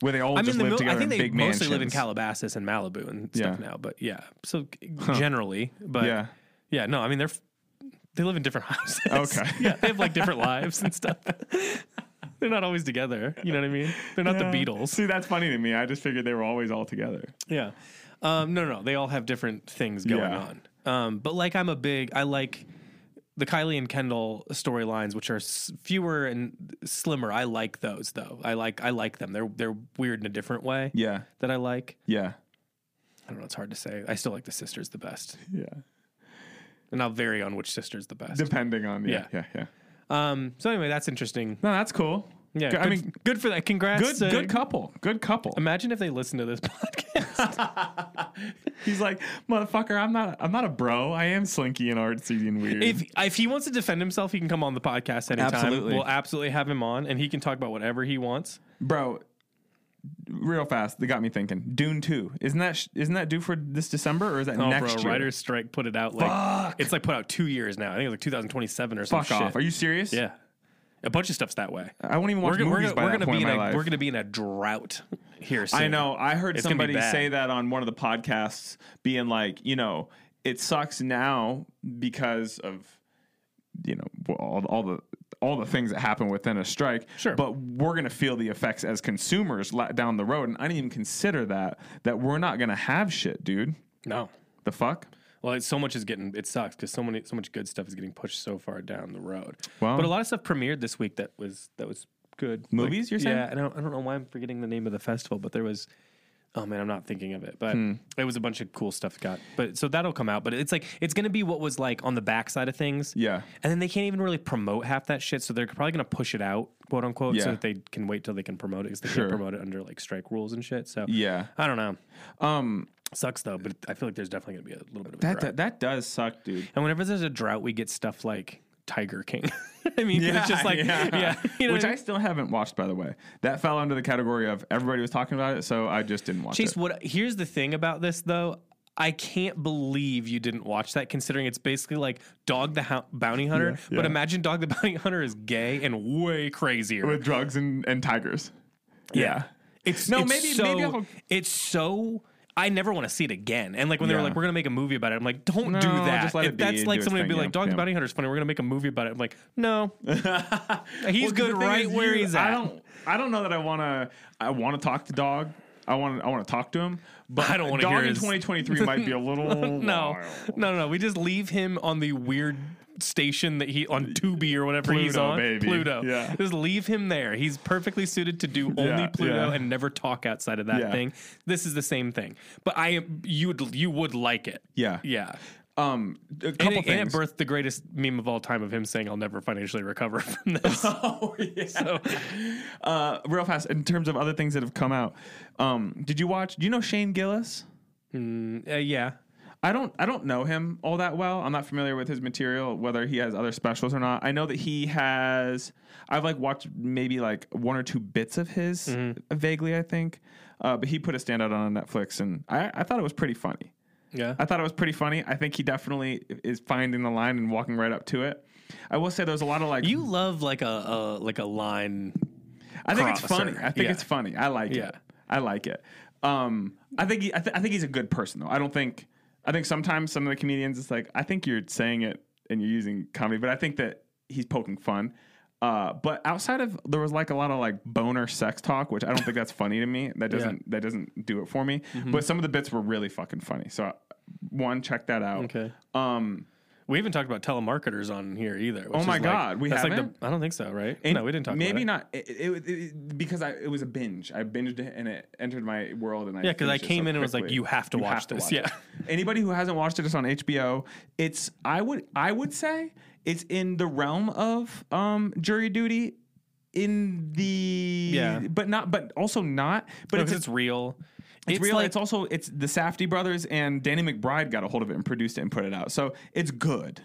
where they all I mean, just the lived mil- I together think in they big mostly mansions. live in Calabasas and Malibu and stuff Yeah. now. But yeah, so generally, but Yeah. yeah. no, I mean they're f- they live in different houses. Okay. yeah, they have like different lives and stuff. They're not always together. You know what I mean? They're not the Yeah. Beatles. See, that's funny to me. I just figured they were always all together. Yeah. Um, no, no, no. They all have different things going Yeah. on. Um, but like, I'm a big, I like the Kylie and Kendall storylines, which are s- fewer and slimmer. I like those though. I like, I like them. They're, they're weird in a different way Yeah. that I like. Yeah. I don't know. It's hard to say. I still like the sisters the best Yeah. and I'll vary on which sister's the best. Depending on yeah, yeah, Yeah. yeah. Um, so anyway, that's interesting. No, that's cool. Yeah. Good- I good- mean, good for that. Congrats. good, to- good couple. Good couple. Imagine if they listen to this podcast. He's like, motherfucker, I'm not, I'm not a bro. I am slinky and artsy and weird. if if he wants to defend himself, he can come on the podcast anytime. Absolutely. We'll absolutely have him on and he can talk about whatever he wants. bro real fast they got me thinking dune 2 isn't that sh- isn't that due for this december or is that Oh, next bro, year writer's strike put it out like Fuck. it's like put out two years now. I think it's like 2027 or some fuck off shit. are you serious yeah, a bunch of stuff's that way. i won't even We're watch gonna, we're movies gonna, by we're that gonna point be in in my a life we're gonna be in a drought here. Soon. i know i heard It's gonna be somebody bad. say that on one of the podcasts being like you know it sucks now because of you know well, all, all the all the things that happen within a strike Sure. but we're going to feel the effects as consumers la- down the road and i didn't even consider that that we're not going to have shit dude No, the fuck well, it's, so much is getting it sucks because so many so much good stuff is getting pushed so far down the road. Well- but a lot of stuff premiered this week that was that was good. Movies, Like, you're saying? Yeah, I don't I don't know why I'm forgetting the name of the festival, but there was. Oh man, I'm not thinking of it, but Hmm. it was a bunch of cool stuff got. But so that'll come out. But it's like it's gonna be what was like on the backside of things. yeah And then they can't even really promote half that shit, so they're probably going to push it out, quote unquote, Yeah. so that they can wait till they can promote it because they Sure. can't promote it under like strike rules and shit. So yeah I don't know. um Sucks though, but I feel like there's definitely going to be a little bit of a That, drought. that that does suck, dude. and whenever there's a drought, we get stuff like Tiger King. I mean, 'cause it's just like yeah, you know which what I I mean? still haven't watched, by the way. That fell under the category of everybody was talking about it, so I just didn't watch Chase, it. what? Here's the thing about this though. I can't believe you didn't watch that, considering it's basically like Dog the Hou- Bounty Hunter. Yeah, But yeah. imagine Dog the Bounty Hunter is gay and way crazier. With drugs and, and tigers. Yeah. It's No, it's maybe- so, maybe I'll- it's so I never want to see it again. And like when they were Yeah. like, we're gonna make a movie about it, I'm like, don't No, do that. just let it If be that's and like do its somebody would be thing, like, yeah, Dog yeah. the Bounty Hunter's funny. We're gonna make a movie about it. I'm like, no, he's Well, 'cause good the thing right is, where you- he's at. I don't. I don't know that I want to. I want to talk to dog. I want. I want to talk to him. But I don't wanna dog hear in his- 2023 might be a little. no, wild. no, no. We just leave him on the weird station that he on Tubi or whatever he's Pluto, on. baby. Pluto. Yeah. Just leave him there. He's perfectly suited to do only Yeah, Pluto yeah. and never talk outside of that Yeah. thing. This is the same thing. But I am you would you would like it. Yeah. Yeah. Um. A And couple it, and it things. birthed the greatest meme of all time of him saying, I'll never financially recover from this. oh yeah. uh, real fast. In terms of other things that have come out, um, did you watch? Do you know Shane Gillis? Uh, yeah. I don't I don't know him all that well. I'm not familiar with his material, whether he has other specials or not. I know that he has I've like watched maybe like one or two bits of his vaguely, I think. Uh, but he put a standout on Netflix and I, I thought it was pretty funny. Yeah. I thought it was pretty funny. I think he definitely is finding the line and walking right up to it. I will say there's a lot of like you love like a, a like a line I think it's crosser. funny. I think Yeah. it's funny. I like Yeah. it. I like it. Um, I think he, I, th- I think he's a good person though. I don't think I think sometimes some of the comedians it's like I think you're saying it and you're using comedy, but I think that he's poking fun. Uh, but outside of there was like a lot of like boner sex talk, which I don't think that's funny to me. That doesn't that doesn't do it for me. Mm-hmm. But some of the bits were really fucking funny. So one, check that out. Okay. Um, We haven't talked about telemarketers on here either. which Oh my is like- God, we that's Like haven't? the, I don't think so, right? And no, we didn't talk. Maybe about it. not. It, it, it- it- because I, it was a binge. I binged it and it entered my world. And I Yeah, because I finished it came so in and was like, quickly. "You have to watch this." it. yeah, Anybody who hasn't watched it, it's on HBO. It's I would I would say it's in the realm of um, Jury Duty. In the Yeah. but not but also not. But because it's, it's real. it's, real. like- it's also it's the Safdie brothers and Danny McBride got a hold of it and produced it and put it out. So it's good.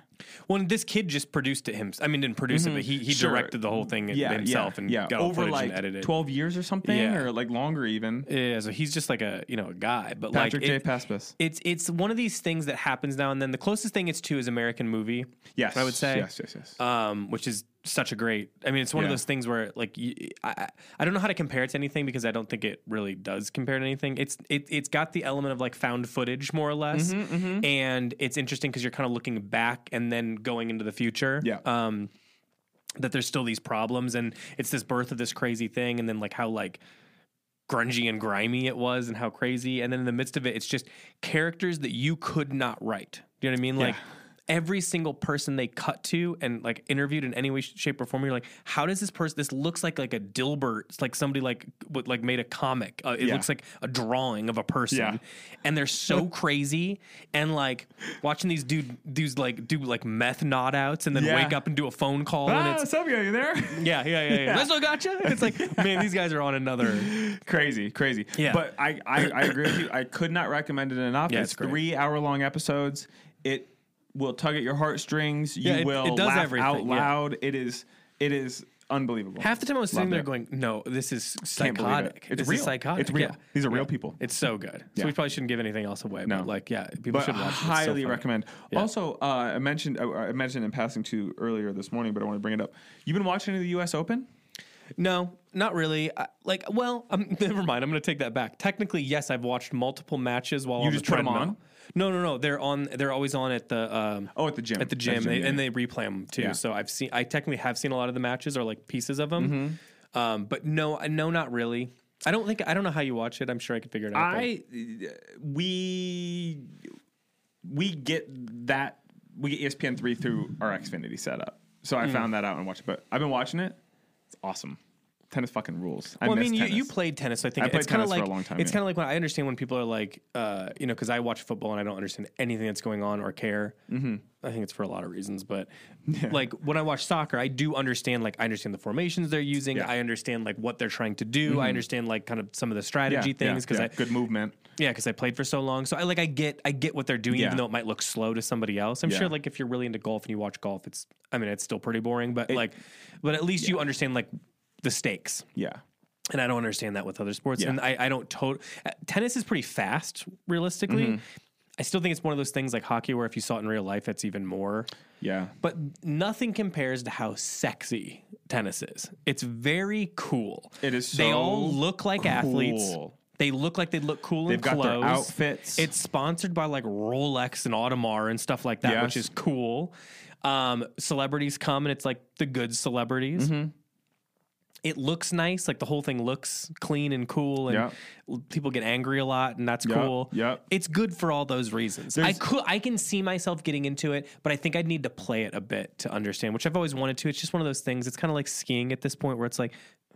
when this kid just produced it himself. I mean, didn't produce it, but he, he Mm-hmm. Sure. directed the whole thing himself and got all over footage like and edited. 12 years or something Yeah. or like longer even yeah, so he's just like a you know a guy, but patrick like j it- Paspis. it's it's one of these things that happens now and then. The closest thing it's to is American movie. yes I would say. yes yes yes um, which is such a great. I mean, it's one of Yeah. those things where like you, I I- I don't know how to compare it to anything because I don't think it really does compare to anything. It's it it's got the element of like found footage more or less, Mm-hmm, and it's interesting because you're kind of looking back and then going into the future. Yeah. Um, that there's still these problems and it's this birth of this crazy thing and then like how like grungy and grimy it was and how crazy and then in the midst of it it's just characters that you could not write do you know what i mean like every single person they cut to and like interviewed in any way sh- shape or form you're like how does this person this looks like like a dilbert it's like somebody like what like made a comic uh, it Yeah. looks like a drawing of a person Yeah. and they're so crazy and like watching these dude dudes like do like meth nod outs and then Yeah. wake up and do a phone call and ah, it's Sylvia, you there yeah, yeah, yeah, yeah. Leslie gotcha. It's like, man, these guys are on another. crazy crazy Yeah. but I, I i agree with you i could not recommend it enough Yeah, it's, it's great. three hour long episodes it will tug at your heartstrings you Yeah, it- it will does laugh everything, yeah. out loud it is it is unbelievable Half the time I was sitting Loved there it. going, no, this is Can't believe it. psychotic. it's this real is psychotic. it's real Yeah. these are real people It's so good. So Yeah. we probably shouldn't give anything else away. No. But like, yeah, people but should watch. it. It's so highly funny. recommend. Also, uh, I mentioned I, I mentioned in passing to earlier this morning, but I want to bring it up. You've been watching the U.S. Open. No, not really. I, like, well, um, never mind. I'm going to take that back. Technically, yes, I've watched multiple matches while you on just the put 'em treadmill. on? No, no, no. They're on. They're always on at the. Um, Oh, at the gym. At the gym, At the gym, they, yeah. and they replay them too. Yeah. So I've seen, I technically have seen a lot of the matches or like pieces of them, Mm-hmm. um, but no, no, not really. I don't think I don't know how you watch it. I'm sure I could figure it out. though. I we we get that we get E ESPN three through our Xfinity setup. So Mm. I found that out and watched it. But I've been watching it. It's awesome. Tennis fucking rules. I, well, I miss mean, you, tennis. you played tennis. So I think I played it's kind of tennis for like a long time, it's yeah. kind of like when I understand when people are like, uh, you know, because I watch football and I don't understand anything that's going on or care. Mm-hmm. I think it's for a lot of reasons, but like when I watch soccer, I do understand. Like I understand the formations they're using. I understand like what they're trying to do. I understand like kind of some of the strategy things because Mm-hmm. yeah. I good movement. Yeah, because I played for so long, so I like I get I get what they're doing, Yeah. even though it might look slow to somebody else. I'm Yeah. sure like if you're really into golf and you watch golf, it's I mean it's still pretty boring, but like, but at least you understand like the stakes. Yeah. And I don't understand that with other sports, and I I don't tot uh, tennis is pretty fast realistically. I still think it's one of those things like hockey where if you saw it in real life, it's even more. Yeah. But nothing compares to how sexy tennis is. It's very cool. It is they so all look like athletes. cool. They look like they look cool They've in got clothes. their outfits. It's sponsored by like Rolex and Audemars and stuff like that, which Yes. is cool. Um, celebrities come and it's like the good celebrities. Mm-hmm. It looks nice, like the whole thing looks clean and cool, and Yeah. l- people get angry a lot, and that's Yeah, cool. yeah. It's good for all those reasons. I There's- could, I can see myself getting into it, but I think I'd need to play it a bit to understand, which I've always wanted to. It's just one of those things. It's kind of like skiing at this point, where it's like,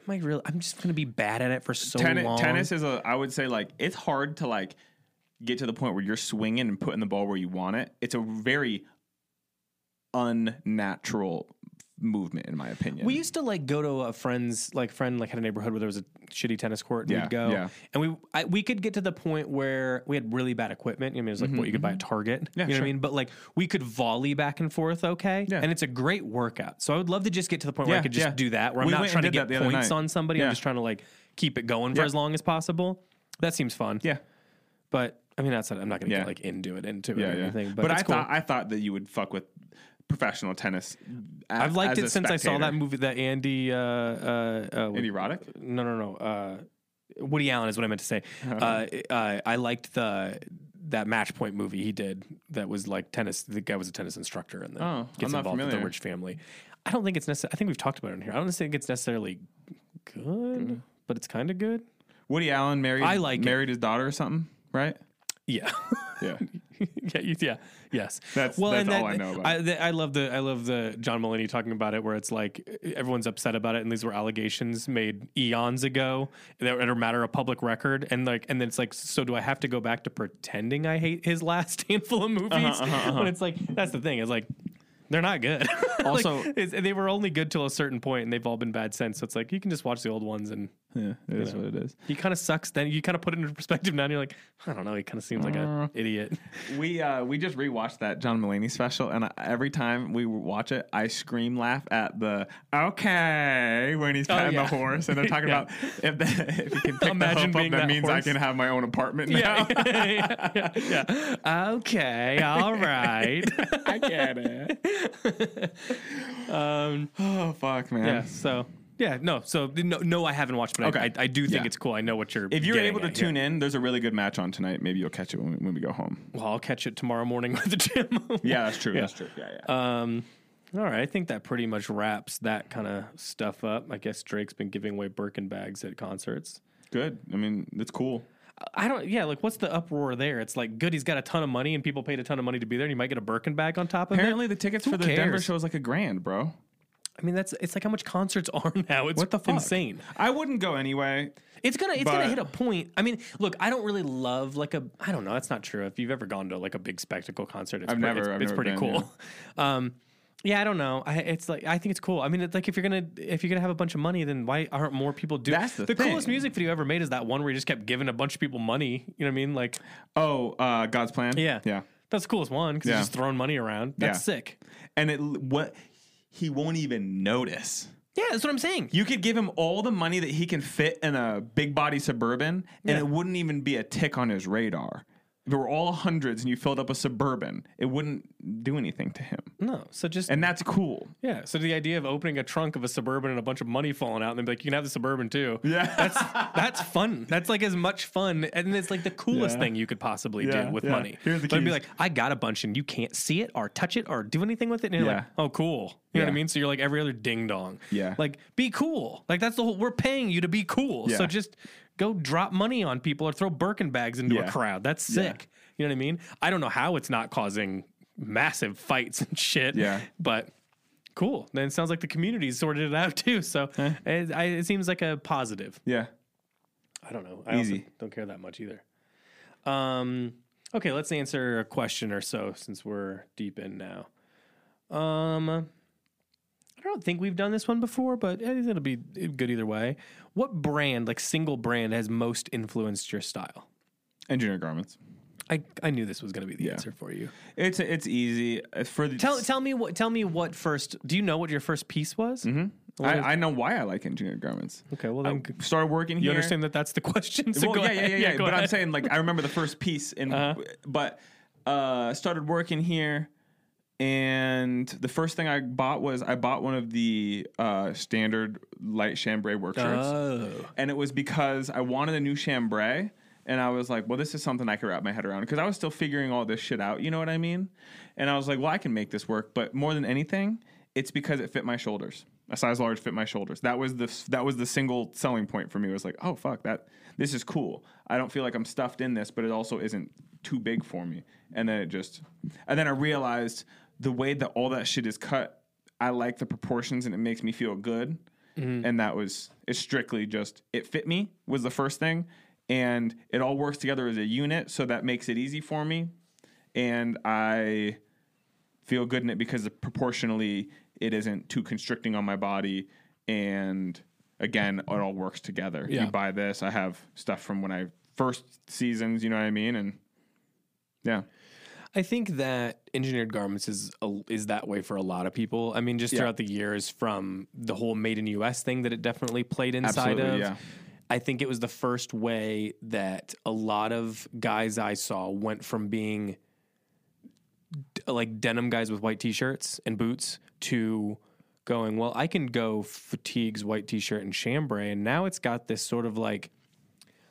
am I really? I'm just gonna be bad at it for so Tenni- long. tennis is a I would say like it's hard to like get to the point where you're swinging and putting the ball where you want it. It's a very unnatural movement in my opinion. We used to like go to a friend's like friend like had a neighborhood where there was a shitty tennis court and Yeah, we'd go yeah. and we I, we could get to the point where we had really bad equipment. I mean, it was like what you could buy at Target. Mm-hmm, Yeah, you know what sure. I mean? But like we could volley back and forth, okay? Yeah. And it's a great workout. So I would love to just get to the point where I Yeah, could just yeah. do that. Where We I'm not went and trying to did get that the other points night. on somebody. I'm Yeah. just trying to like keep it going for Yeah. as long as possible. That seems fun. yeah. But I mean, that's I'm not gonna Yeah. get like into it into it Yeah, or yeah. anything. But, But, it's I cool. thought I thought that you would fuck with professional tennis. a- I've liked as a it since I saw spectator. that movie, that Andy, uh, uh, uh, Andy Roddick? no, no, no. Uh, Woody Allen is what I meant to say. Uh, uh, I liked the that match point movie he did that was like tennis. The guy was a tennis instructor and then Oh, gets I'm not involved with the familiar. rich family. I don't think it's necessary. I think we've talked about it in here. I don't think it's necessarily good, Mm-hmm. but it's kind of good. Woody Allen married I like it. married his daughter or something, right? Yeah. Yeah. yeah, you, yeah, yes. That's- that's all I know about I, the- I love the I love the John Mulaney talking about it, where it's like everyone's upset about it, and these were allegations made eons ago that are a matter of public record, and like, and then it's like, so do I have to go back to pretending I hate his last handful of movies? Uh-huh, When it's like, that's the thing. It's like. They're not good. Like, Also- it's, they were only good till a certain point, and they've all been bad since. So it's like you can just watch the old ones, and yeah, it is what it is. he kind of sucks. Then you kind of put it into perspective. Now and you're like, I don't know. He kind of seems like Uh, an idiot. We uh, we just rewatched that John Mulaney special, and I, every time we watch it, I scream laugh at the okay when he's petting Oh, yeah. the horse, and they're talking Yeah. about if, the, if you can pick Imagine the hope being up, that, that means I horse. can have my own apartment now. yeah, yeah, yeah, yeah. Okay, all right. I get it. Um, Oh fuck, man! yeah. So yeah, no. So no, no, I haven't watched, but Okay. I, I, I do think Yeah. it's cool. I know what you're. If you're getting able to at here. tune in, there's a really good match on tonight. Maybe you'll catch it when we, when we go home. well, I'll catch it tomorrow morning with the gym. Yeah, that's true. That's true. Yeah, yeah. Um, all right, I think that pretty much wraps that kind of stuff up. I guess Drake's been giving away Birkin bags at concerts. good. I mean, it's cool. I don't, yeah, like what's the uproar there? It's like, good, he's got a ton of money and people paid a ton of money to be there and you might get a Birkin bag on top of it. Apparently, the tickets Who for the Denver cares? show is like a grand, bro. I mean, that's, it's like how much concerts are now. It's What the fuck? insane. I wouldn't go anyway. It's gonna it's But- gonna hit a point. I mean, look, I don't really love like a I don't know. That's not true. If you've ever gone to like a big spectacle concert, it's I've pre- never- it's, I've it's never pretty been, cool. Um, yeah, I don't know. I, it's like I think it's cool. I mean, it's like if you're gonna if you're gonna have a bunch of money, then why aren't more people doing? That's the coolest thing. music video ever made is that one where you just kept giving a bunch of people money. You know what I mean? Like Oh, uh, God's plan. Yeah. yeah. that's the coolest one because Yeah. you're just throwing money around. That's Yeah. sick. and it what he won't even notice. Yeah, that's what I'm saying. You could give him all the money that he can fit in a big body suburban, and Yeah. it wouldn't even be a tick on his radar. If it were all hundreds and you filled up a suburban, it wouldn't do anything to him. no, so just And that's cool. yeah. So the idea of opening a trunk of a suburban and a bunch of money falling out, and then be like, you can have the suburban too. Yeah. That's that's fun. That's like as much fun, and it's like the coolest Yeah. thing you could possibly Yeah, do with yeah. money. Here's the But it'd be keys. like, I got a bunch, and you can't see it or touch it or do anything with it, and you're like, Yeah. oh, cool. You know what I Yeah. mean? So you're like every other ding dong. Yeah. Like, be cool. Like that's the whole. We're paying you to be cool. So Yeah. just go drop money on people or throw Birkin bags into a Yeah. crowd. That's sick. You know what I mean? I don't know how it's not causing massive fights and shit. Yeah. But cool. Then it sounds like the community's sorted it out too. So it, I, it seems like a positive. Yeah. I don't know. I Easy. Also don't care that much either. Um, okay, let's answer a question or so since we're deep in now. Um, I don't think we've done this one before, but I think it'll be good either way. What brand, like single brand, has most influenced your style? Engineer garments. I, I knew this was going to be the Yeah. answer for you. It's it's easy Uh, for the. Tell tell me what tell me what first. Do you know what your first piece was? Mm-hmm. I, I know why I like engineer garments. Okay, well then Started working you here. understand that that's the question. So well, go yeah, ahead. yeah, yeah, yeah. go but I'm ahead. Uh-huh. saying like I remember the first piece, and but uh, started working here, And the first thing I bought was I bought one of the uh, standard light chambray work shirts. Oh. and it was because I wanted a new chambray, and I was like, well, this is something I could wrap my head around because I was still figuring all this shit out. You know what I mean? And I was like, well, I can make this work, but more than anything, it's because it fit my shoulders. A size large fit my shoulders. That was the that was the single selling point for me. It was like, oh fuck, that this is cool. I don't feel like I'm stuffed in this, but it also isn't too big for me. And then it just, and then I realized the way that all that shit is cut I like the proportions and it makes me feel good. Mm-hmm. And that was it's strictly just it fit me was the first thing, and it all works together as a unit, so that makes it easy for me, and I feel good in it because proportionally it isn't too constricting on my body, and again it all works together. Yeah. You buy this, I have stuff from when I first seasons, you know what I mean, and yeah, I think that engineered garments is a, is that way for a lot of people. I mean, just throughout the years, from the whole made in U.S. thing that it definitely played inside Absolutely, of. yeah. I think it was the first way that a lot of guys I saw went from being d- like denim guys with white t-shirts and boots to going, well, I can go fatigues, white t-shirt and chambray. And now it's got this sort of like,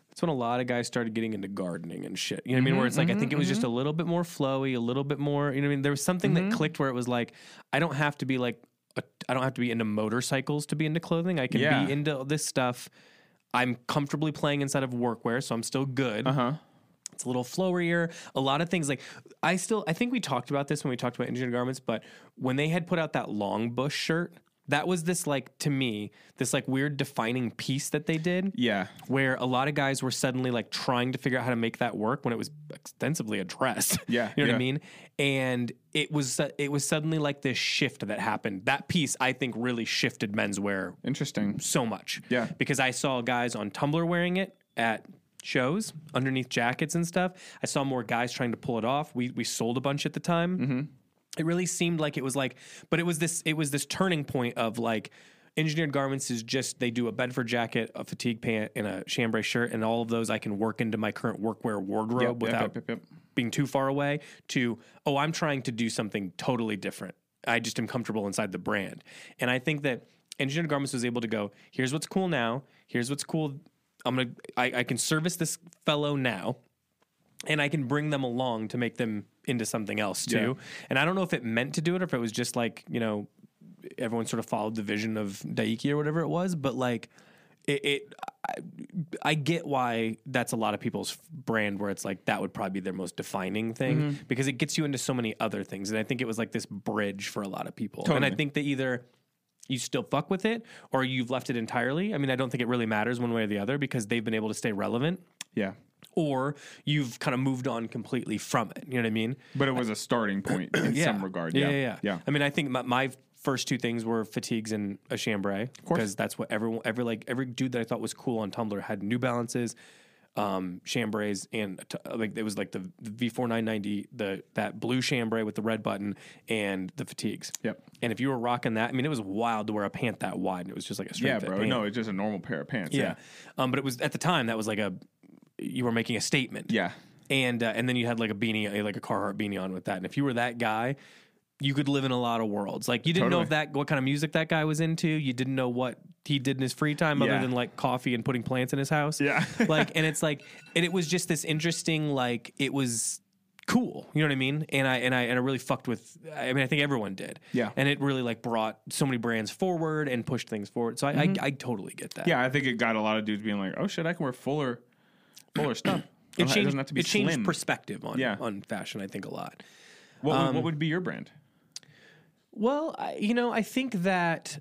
that's when a lot of guys started getting into gardening and shit. You know what I mean? Where it's like, I think it was just a little bit more flowy, a little bit more, you know what I mean? There was something that clicked where it was like, I don't have to be like, a, I don't have to be into motorcycles to be into clothing. I can Yeah. be into this stuff. I'm comfortably playing inside of workwear, so I'm still good. huh? It's a little flowier. A lot of things like I still I think we talked about this when we talked about engineered garments, but when they had put out that long bush shirt, that was this like to me, this like weird defining piece that they did Yeah, where a lot of guys were suddenly like trying to figure out how to make that work when it was extensively addressed. Yeah, you know what yeah. I mean? And it was su- it was suddenly like this shift that happened. That piece I think really shifted menswear interesting. so much. Yeah. Because I saw guys on Tumblr wearing it at shows underneath jackets and stuff. I saw more guys trying to pull it off. We we sold a bunch at the time. Mm-hmm. It really seemed like it was like, but it was this it was this turning point of like engineered garments is just they do a Bedford jacket, a fatigue pant, and a chambray shirt, and all of those I can work into my current workwear wardrobe Yep, yep, without yep, yep, yep. being too far away to oh i'm trying to do something totally different i just am comfortable inside the brand and i think that engineered garments was able to go here's what's cool now here's what's cool i'm gonna i, I can service this fellow now and I can bring them along to make them into something else too. And I don't know if it meant to do it or if it was just like, you know, everyone sort of followed the vision of Daiki or whatever it was, but like it, it I, I get why that's a lot of people's brand where it's like that would probably be their most defining thing because it gets you into so many other things. And I think it was like this bridge for a lot of people. And I Totally. think that either you still fuck with it or you've left it entirely. I mean, I don't think it really matters one way or the other because they've been able to stay relevant Yeah, or you've kind of moved on completely from it. You know what I mean? but it was a starting point in some regard. Yeah, Yeah, yeah, yeah. I mean, I think my, my first two things were fatigues and a chambray because that's what everyone, every like every dude that I thought was cool on Tumblr had New Balances, um, chambrays, and a t- like it was like the V four nine ninety, the that blue chambray with the red button and the fatigues. Yep. And if you were rocking that, I mean, it was wild to wear a pant that wide, and it was just like a straight Yeah, fit bro. pant. No, it's just a normal pair of pants. yeah. Um, but it was at the time that was like a you were making a statement Yeah. and uh, and then you had like a beanie, uh, like a Carhartt beanie on with that. And if you were that guy, you could live in a lot of worlds. Like you didn't know Totally. if that what kind of music that guy was into. You didn't know what he did in his free time other Yeah. than like coffee and putting plants in his house. Yeah. like and it's like and it was just this interesting like it was cool. You know what I mean? And I and I and I really fucked with. I mean, I think everyone did. Yeah. And it really like brought so many brands forward and pushed things forward. So I I, I totally get that. Mm-hmm. Yeah, I think it got a lot of dudes being like, "Oh shit, I can wear fuller, fuller stuff." I It don't- changed, doesn't have to be it changed slim. perspective on Yeah. on fashion. I think a lot. what, would, what would be your brand? Well, I, you know, I think that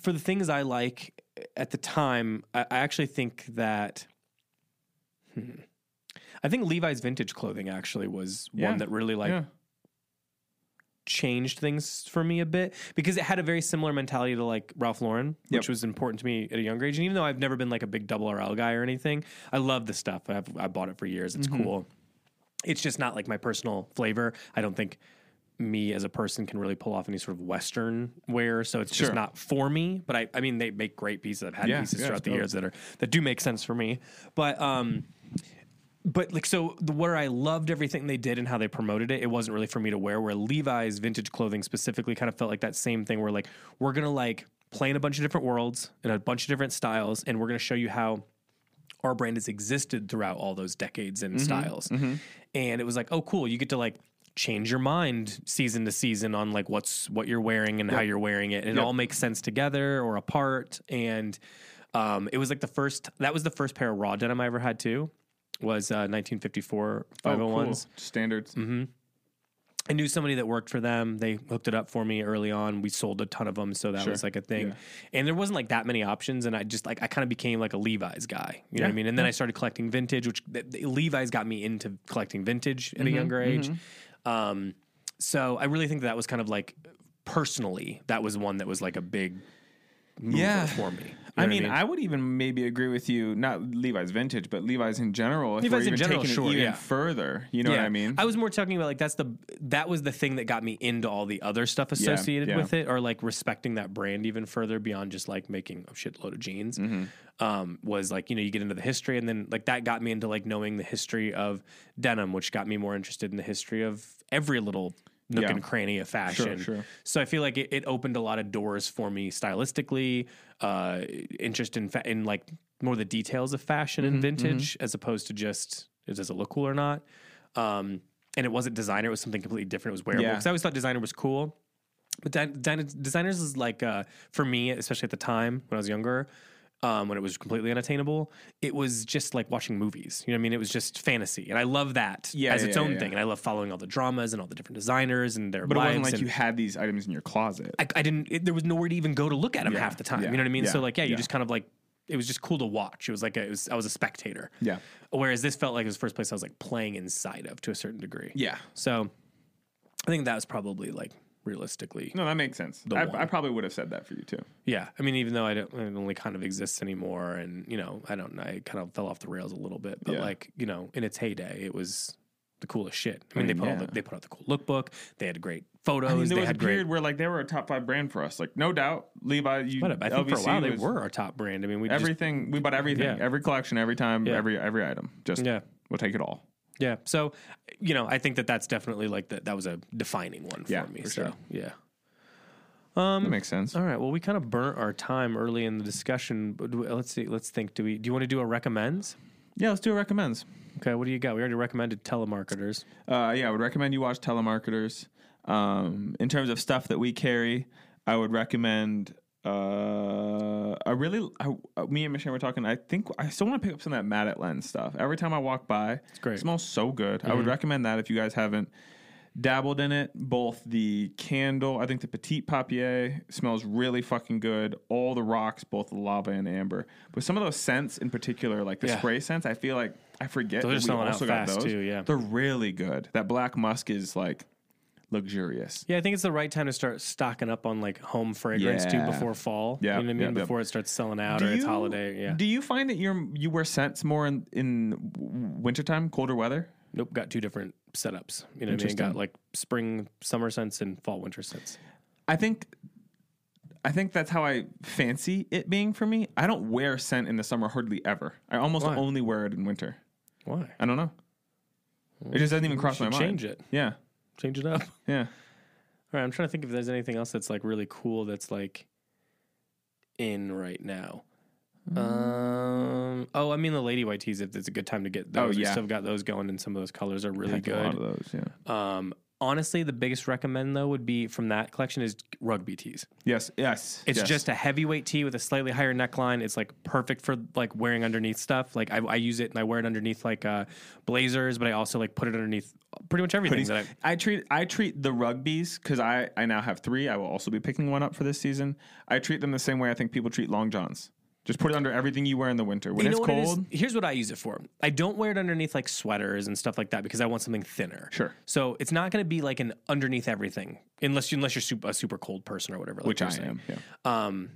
for the things I like at the time, I, I actually think that. hmm. I think Levi's vintage clothing actually was Yeah. one that really like yeah, Oh, changed things for me a bit because it had a very similar mentality to like Ralph Lauren, which Yep. was important to me at a younger age. And even though I've never been like a big double RL guy or anything, I love the stuff. I've I bought it for years. It's Mm-hmm. cool. It's just not like my personal flavor. I don't think me as a person can really pull off any sort of Western wear, so it's just Sure. not for me. But I, I mean, they make great pieces. I've had Yeah, pieces yeah, throughout it's the dope. years that are that do make sense for me. But um, but like so the, where I loved everything they did and how they promoted it, it wasn't really for me to wear. Where Levi's vintage clothing specifically kind of felt like that same thing where like we're gonna like play in a bunch of different worlds and a bunch of different styles, and we're gonna show you how our brand has existed throughout all those decades Mm-hmm. and styles. And it was like, oh cool, you get to like change your mind season to season on like what's what you're wearing and how you're wearing it. And it all makes sense together or apart. And um, it was like the first that was the first pair of raw denim I ever had too was uh, 1954 Oh, Mm-hmm. cool. 501s. Standards. I knew somebody that worked for them. They hooked it up for me early on. We sold a ton of them, so that was like a thing. And there wasn't like that many options, and I just like I kind of became like a Levi's guy. You know what I mean? And then I started collecting vintage, which th- th- Levi's got me into collecting vintage at Mm-hmm. a younger age. Um, so I really think that was kind of like personally that was one that was like a big mover Yeah. for me. You know what I mean, I would even maybe agree with you, not Levi's vintage, but Levi's in general. If Levi's we're in even general, taking sure, it even yeah. further, you know what I mean? I was more talking about like that's the that was the thing that got me into all the other stuff associated yeah. with it, or like respecting that brand even further beyond just like making a shitload of jeans. Mm-hmm. Um, was like you know you get into the history, and then like that got me into like knowing the history of denim, which got me more interested in the history of every little nook Yeah. and cranny of fashion. sure. So I feel like it, it opened a lot of doors for me stylistically, uh, interest in fa- in like more the details of fashion Mm-hmm, and vintage as opposed to just does it look cool or not. Um, and it wasn't designer; it was something completely different. It was wearable Yeah. because I always thought designer was cool, but di- di- designers is like uh, for me, especially at the time when I was younger. Um, when it was completely unattainable, it was just like watching movies. You know what I mean? It was just fantasy, and I love that Yeah, as yeah, its yeah, own yeah. thing. And I love following all the dramas and all the different designers and their but it lives. wasn't like and- you had these items in your closet. I, I didn't. It, there was nowhere to even go to look at him half the time. yeah, you know what I mean? yeah, so like, yeah, you yeah. just kind of like it was just cool to watch. It was like a, it was, I was a spectator. yeah. Whereas this felt like it was the first place I was like playing inside of to a certain degree. Yeah. So I think that was probably like realistically. No, that makes sense. I, one. I probably would have said that for you too. Yeah. I mean, even though I don't, it only kind of exists anymore, and you know, I don't, I kind of fell off the rails a little bit, but Yeah. like you know, in its heyday, it was. The coolest shit. I mean, they mean, put all yeah. the, they put out the cool lookbook. They had great photos. I mean, there they was a had great period where like they were a top five brand for us. Like no doubt, Levi. You, But I think for a LVC while they was were our top brand. I mean, we just everything. we bought everything, Yeah. every collection, every time, Yeah. every every item. Just Yeah. we'll take it all. Yeah. So, you know, I think that that's definitely like that. That was a defining one for Yeah, me. for so, sure. yeah. Um, that makes sense. All right. Well, we kind of burnt our time early in the discussion. But do we- let's see. Let's think. Do we? Do you want to do a recommends? Yeah, let's do a recommends. Okay. What do you got? We already recommended telemarketers. Uh, yeah, I would recommend you watch telemarketers. Um, in terms of stuff that we carry, I would recommend. Uh, I really, I, uh, me and Michelle were talking. I think I still want to pick up some of that Matte lens stuff. Every time I walk by, it's great. Mm-hmm. smells so good. I would recommend that if you guys haven't dabbled in it. Both the candle, I think the Petite Papier smells really fucking good. All the rocks, both the lava and amber. But some of those scents in particular, like the Yeah. spray scents, I feel like I forget Those are that we selling out also got fast, those. too, yeah. They're really good. That black musk is like luxurious. Yeah, I think it's the right time to start stocking up on like home fragrance Yeah. too before fall. Yeah, You know what I mean? yeah, yeah. before it starts selling out or it's holiday. Yeah. Do you find that you're you wear scents more in in w- wintertime, colder weather? nope. Got two different setups. You know what I mean? Got like spring, summer scents and fall, winter scents. I think I think that's how I fancy it being for me. I don't wear scent in the summer hardly ever. I almost Why? only wear it in winter. Why? I don't know. It just doesn't even cross my should mind. change it. Yeah. Change it up. Yeah. All right, I'm trying to think if there's anything else that's like really cool that's like in right now. Um. Oh, I mean the lady white tees. If it's a good time to get those, we Oh, yeah. still got those going, and some of those colors are really Heck, A lot of good. those, yeah. Um. Honestly, the biggest recommend though would be from that collection is rugby tees. Yes, yes. It's yes. just a heavyweight tee with a slightly higher neckline. It's like perfect for like wearing underneath stuff. Like I, I use it and I wear it underneath like uh, blazers, but I also like put it underneath pretty much everything that I. I treat I treat the rugbies because I I now have three. I will also be picking one up for this season. I treat them the same way I think people treat long johns. Just put it under everything you wear in the winter when You it's know what it is? cold. Here's what I use it for. I don't wear it underneath like sweaters and stuff like that because I want something thinner. Sure. So it's not going to be like an underneath everything unless you, unless you're super, a super cold person or whatever. like Which you're I saying. Oh, am.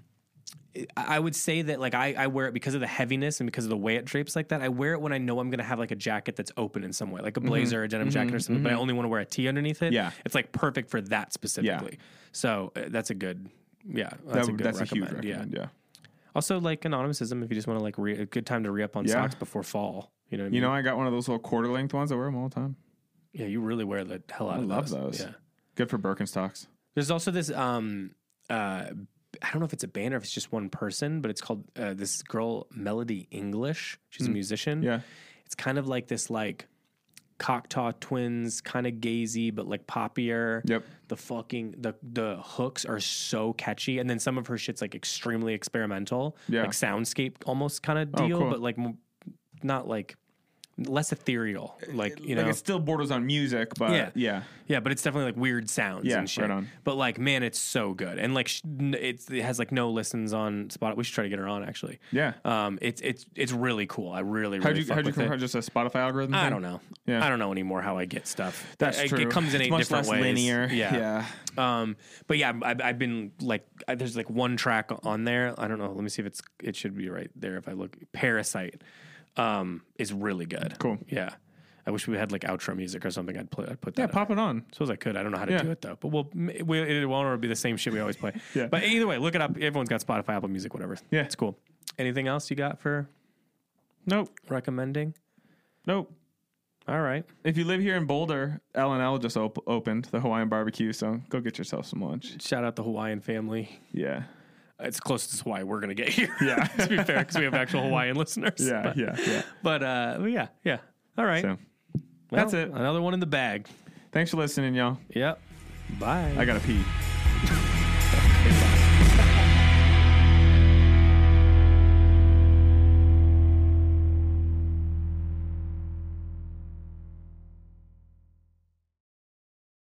Yeah. I I would say that like I, I wear it because of the heaviness and because of the way it drapes like that. I wear it when I know I'm gonna have like a jacket that's open in some way, like a blazer, a denim jacket or something. But I only want to wear a tee underneath it. Mm-hmm. Yeah. it's like perfect for that specifically. So uh, that's a good, yeah, that's That- a good that's recommend. a huge recommend. Yeah. Yeah. Also, like anonymism, if you just want to like re- a good time to re up on Yeah. socks before fall. You know, what I You mean? know, I got one of those little quarter length ones. I wear them all the time. yeah, you really wear the hell out I of love those. Yeah, Good for Birkenstocks. There's also this um uh I don't know if it's a band or if it's just one person, but it's called uh, this girl Melody English. She's a musician. Mm. Yeah. It's kind of like this like Cocteau twins, kind of gazy, but like poppier. Yep. The fucking the the hooks are so catchy, and then some of her shit's like extremely experimental, Yeah. Oh, like soundscape almost kind of deal, cool. but like m- not like less ethereal, like you know, Uh, like it still borders on music, but yeah, Yeah. yeah, but it's definitely like weird sounds Yeah, and shit. right on. But like, man, it's so good. And like, sh- n- it's, it has like no listens on Spotify. We should try to get her on actually. yeah. Um, it's it's it's really cool. I really really how'd you fuck how'd you with compare it. just a Spotify algorithm? I thing? don't know. Yeah. I don't know anymore how I get stuff. That's I- it, true. comes in It's eight much different less ways. linear. Yeah. Um, but yeah, I've, I've been like, I, there's like one track on there. I don't know. Let me see if it's it should be right there. If I look, Parasite um, is really good. Cool. Yeah. I wish we had like outro music or something. I'd play. I'd put that. Yeah, up. pop it on. Suppose I could. I don't know how to Yeah. do it though. But we'll, m- we'll it won't or it'll be the same shit we always play. Yeah. But either way, look it up. Everyone's got Spotify, Apple Music, whatever. Yeah. It's cool. Anything else you got for Nope. recommending? Nope. All right. If you live here in Boulder, L and L just op- opened the Hawaiian barbecue, so go get yourself some lunch. Shout out the Hawaiian family. Yeah. It's close to Hawaii we're gonna get here. Yeah. to be fair, because we have actual Hawaiian listeners. Yeah, But, yeah, yeah. But uh, but yeah, yeah. All right. So, Well, that's it. Another one in the bag. thanks for listening, y'all. Yep. Bye. I gotta pee.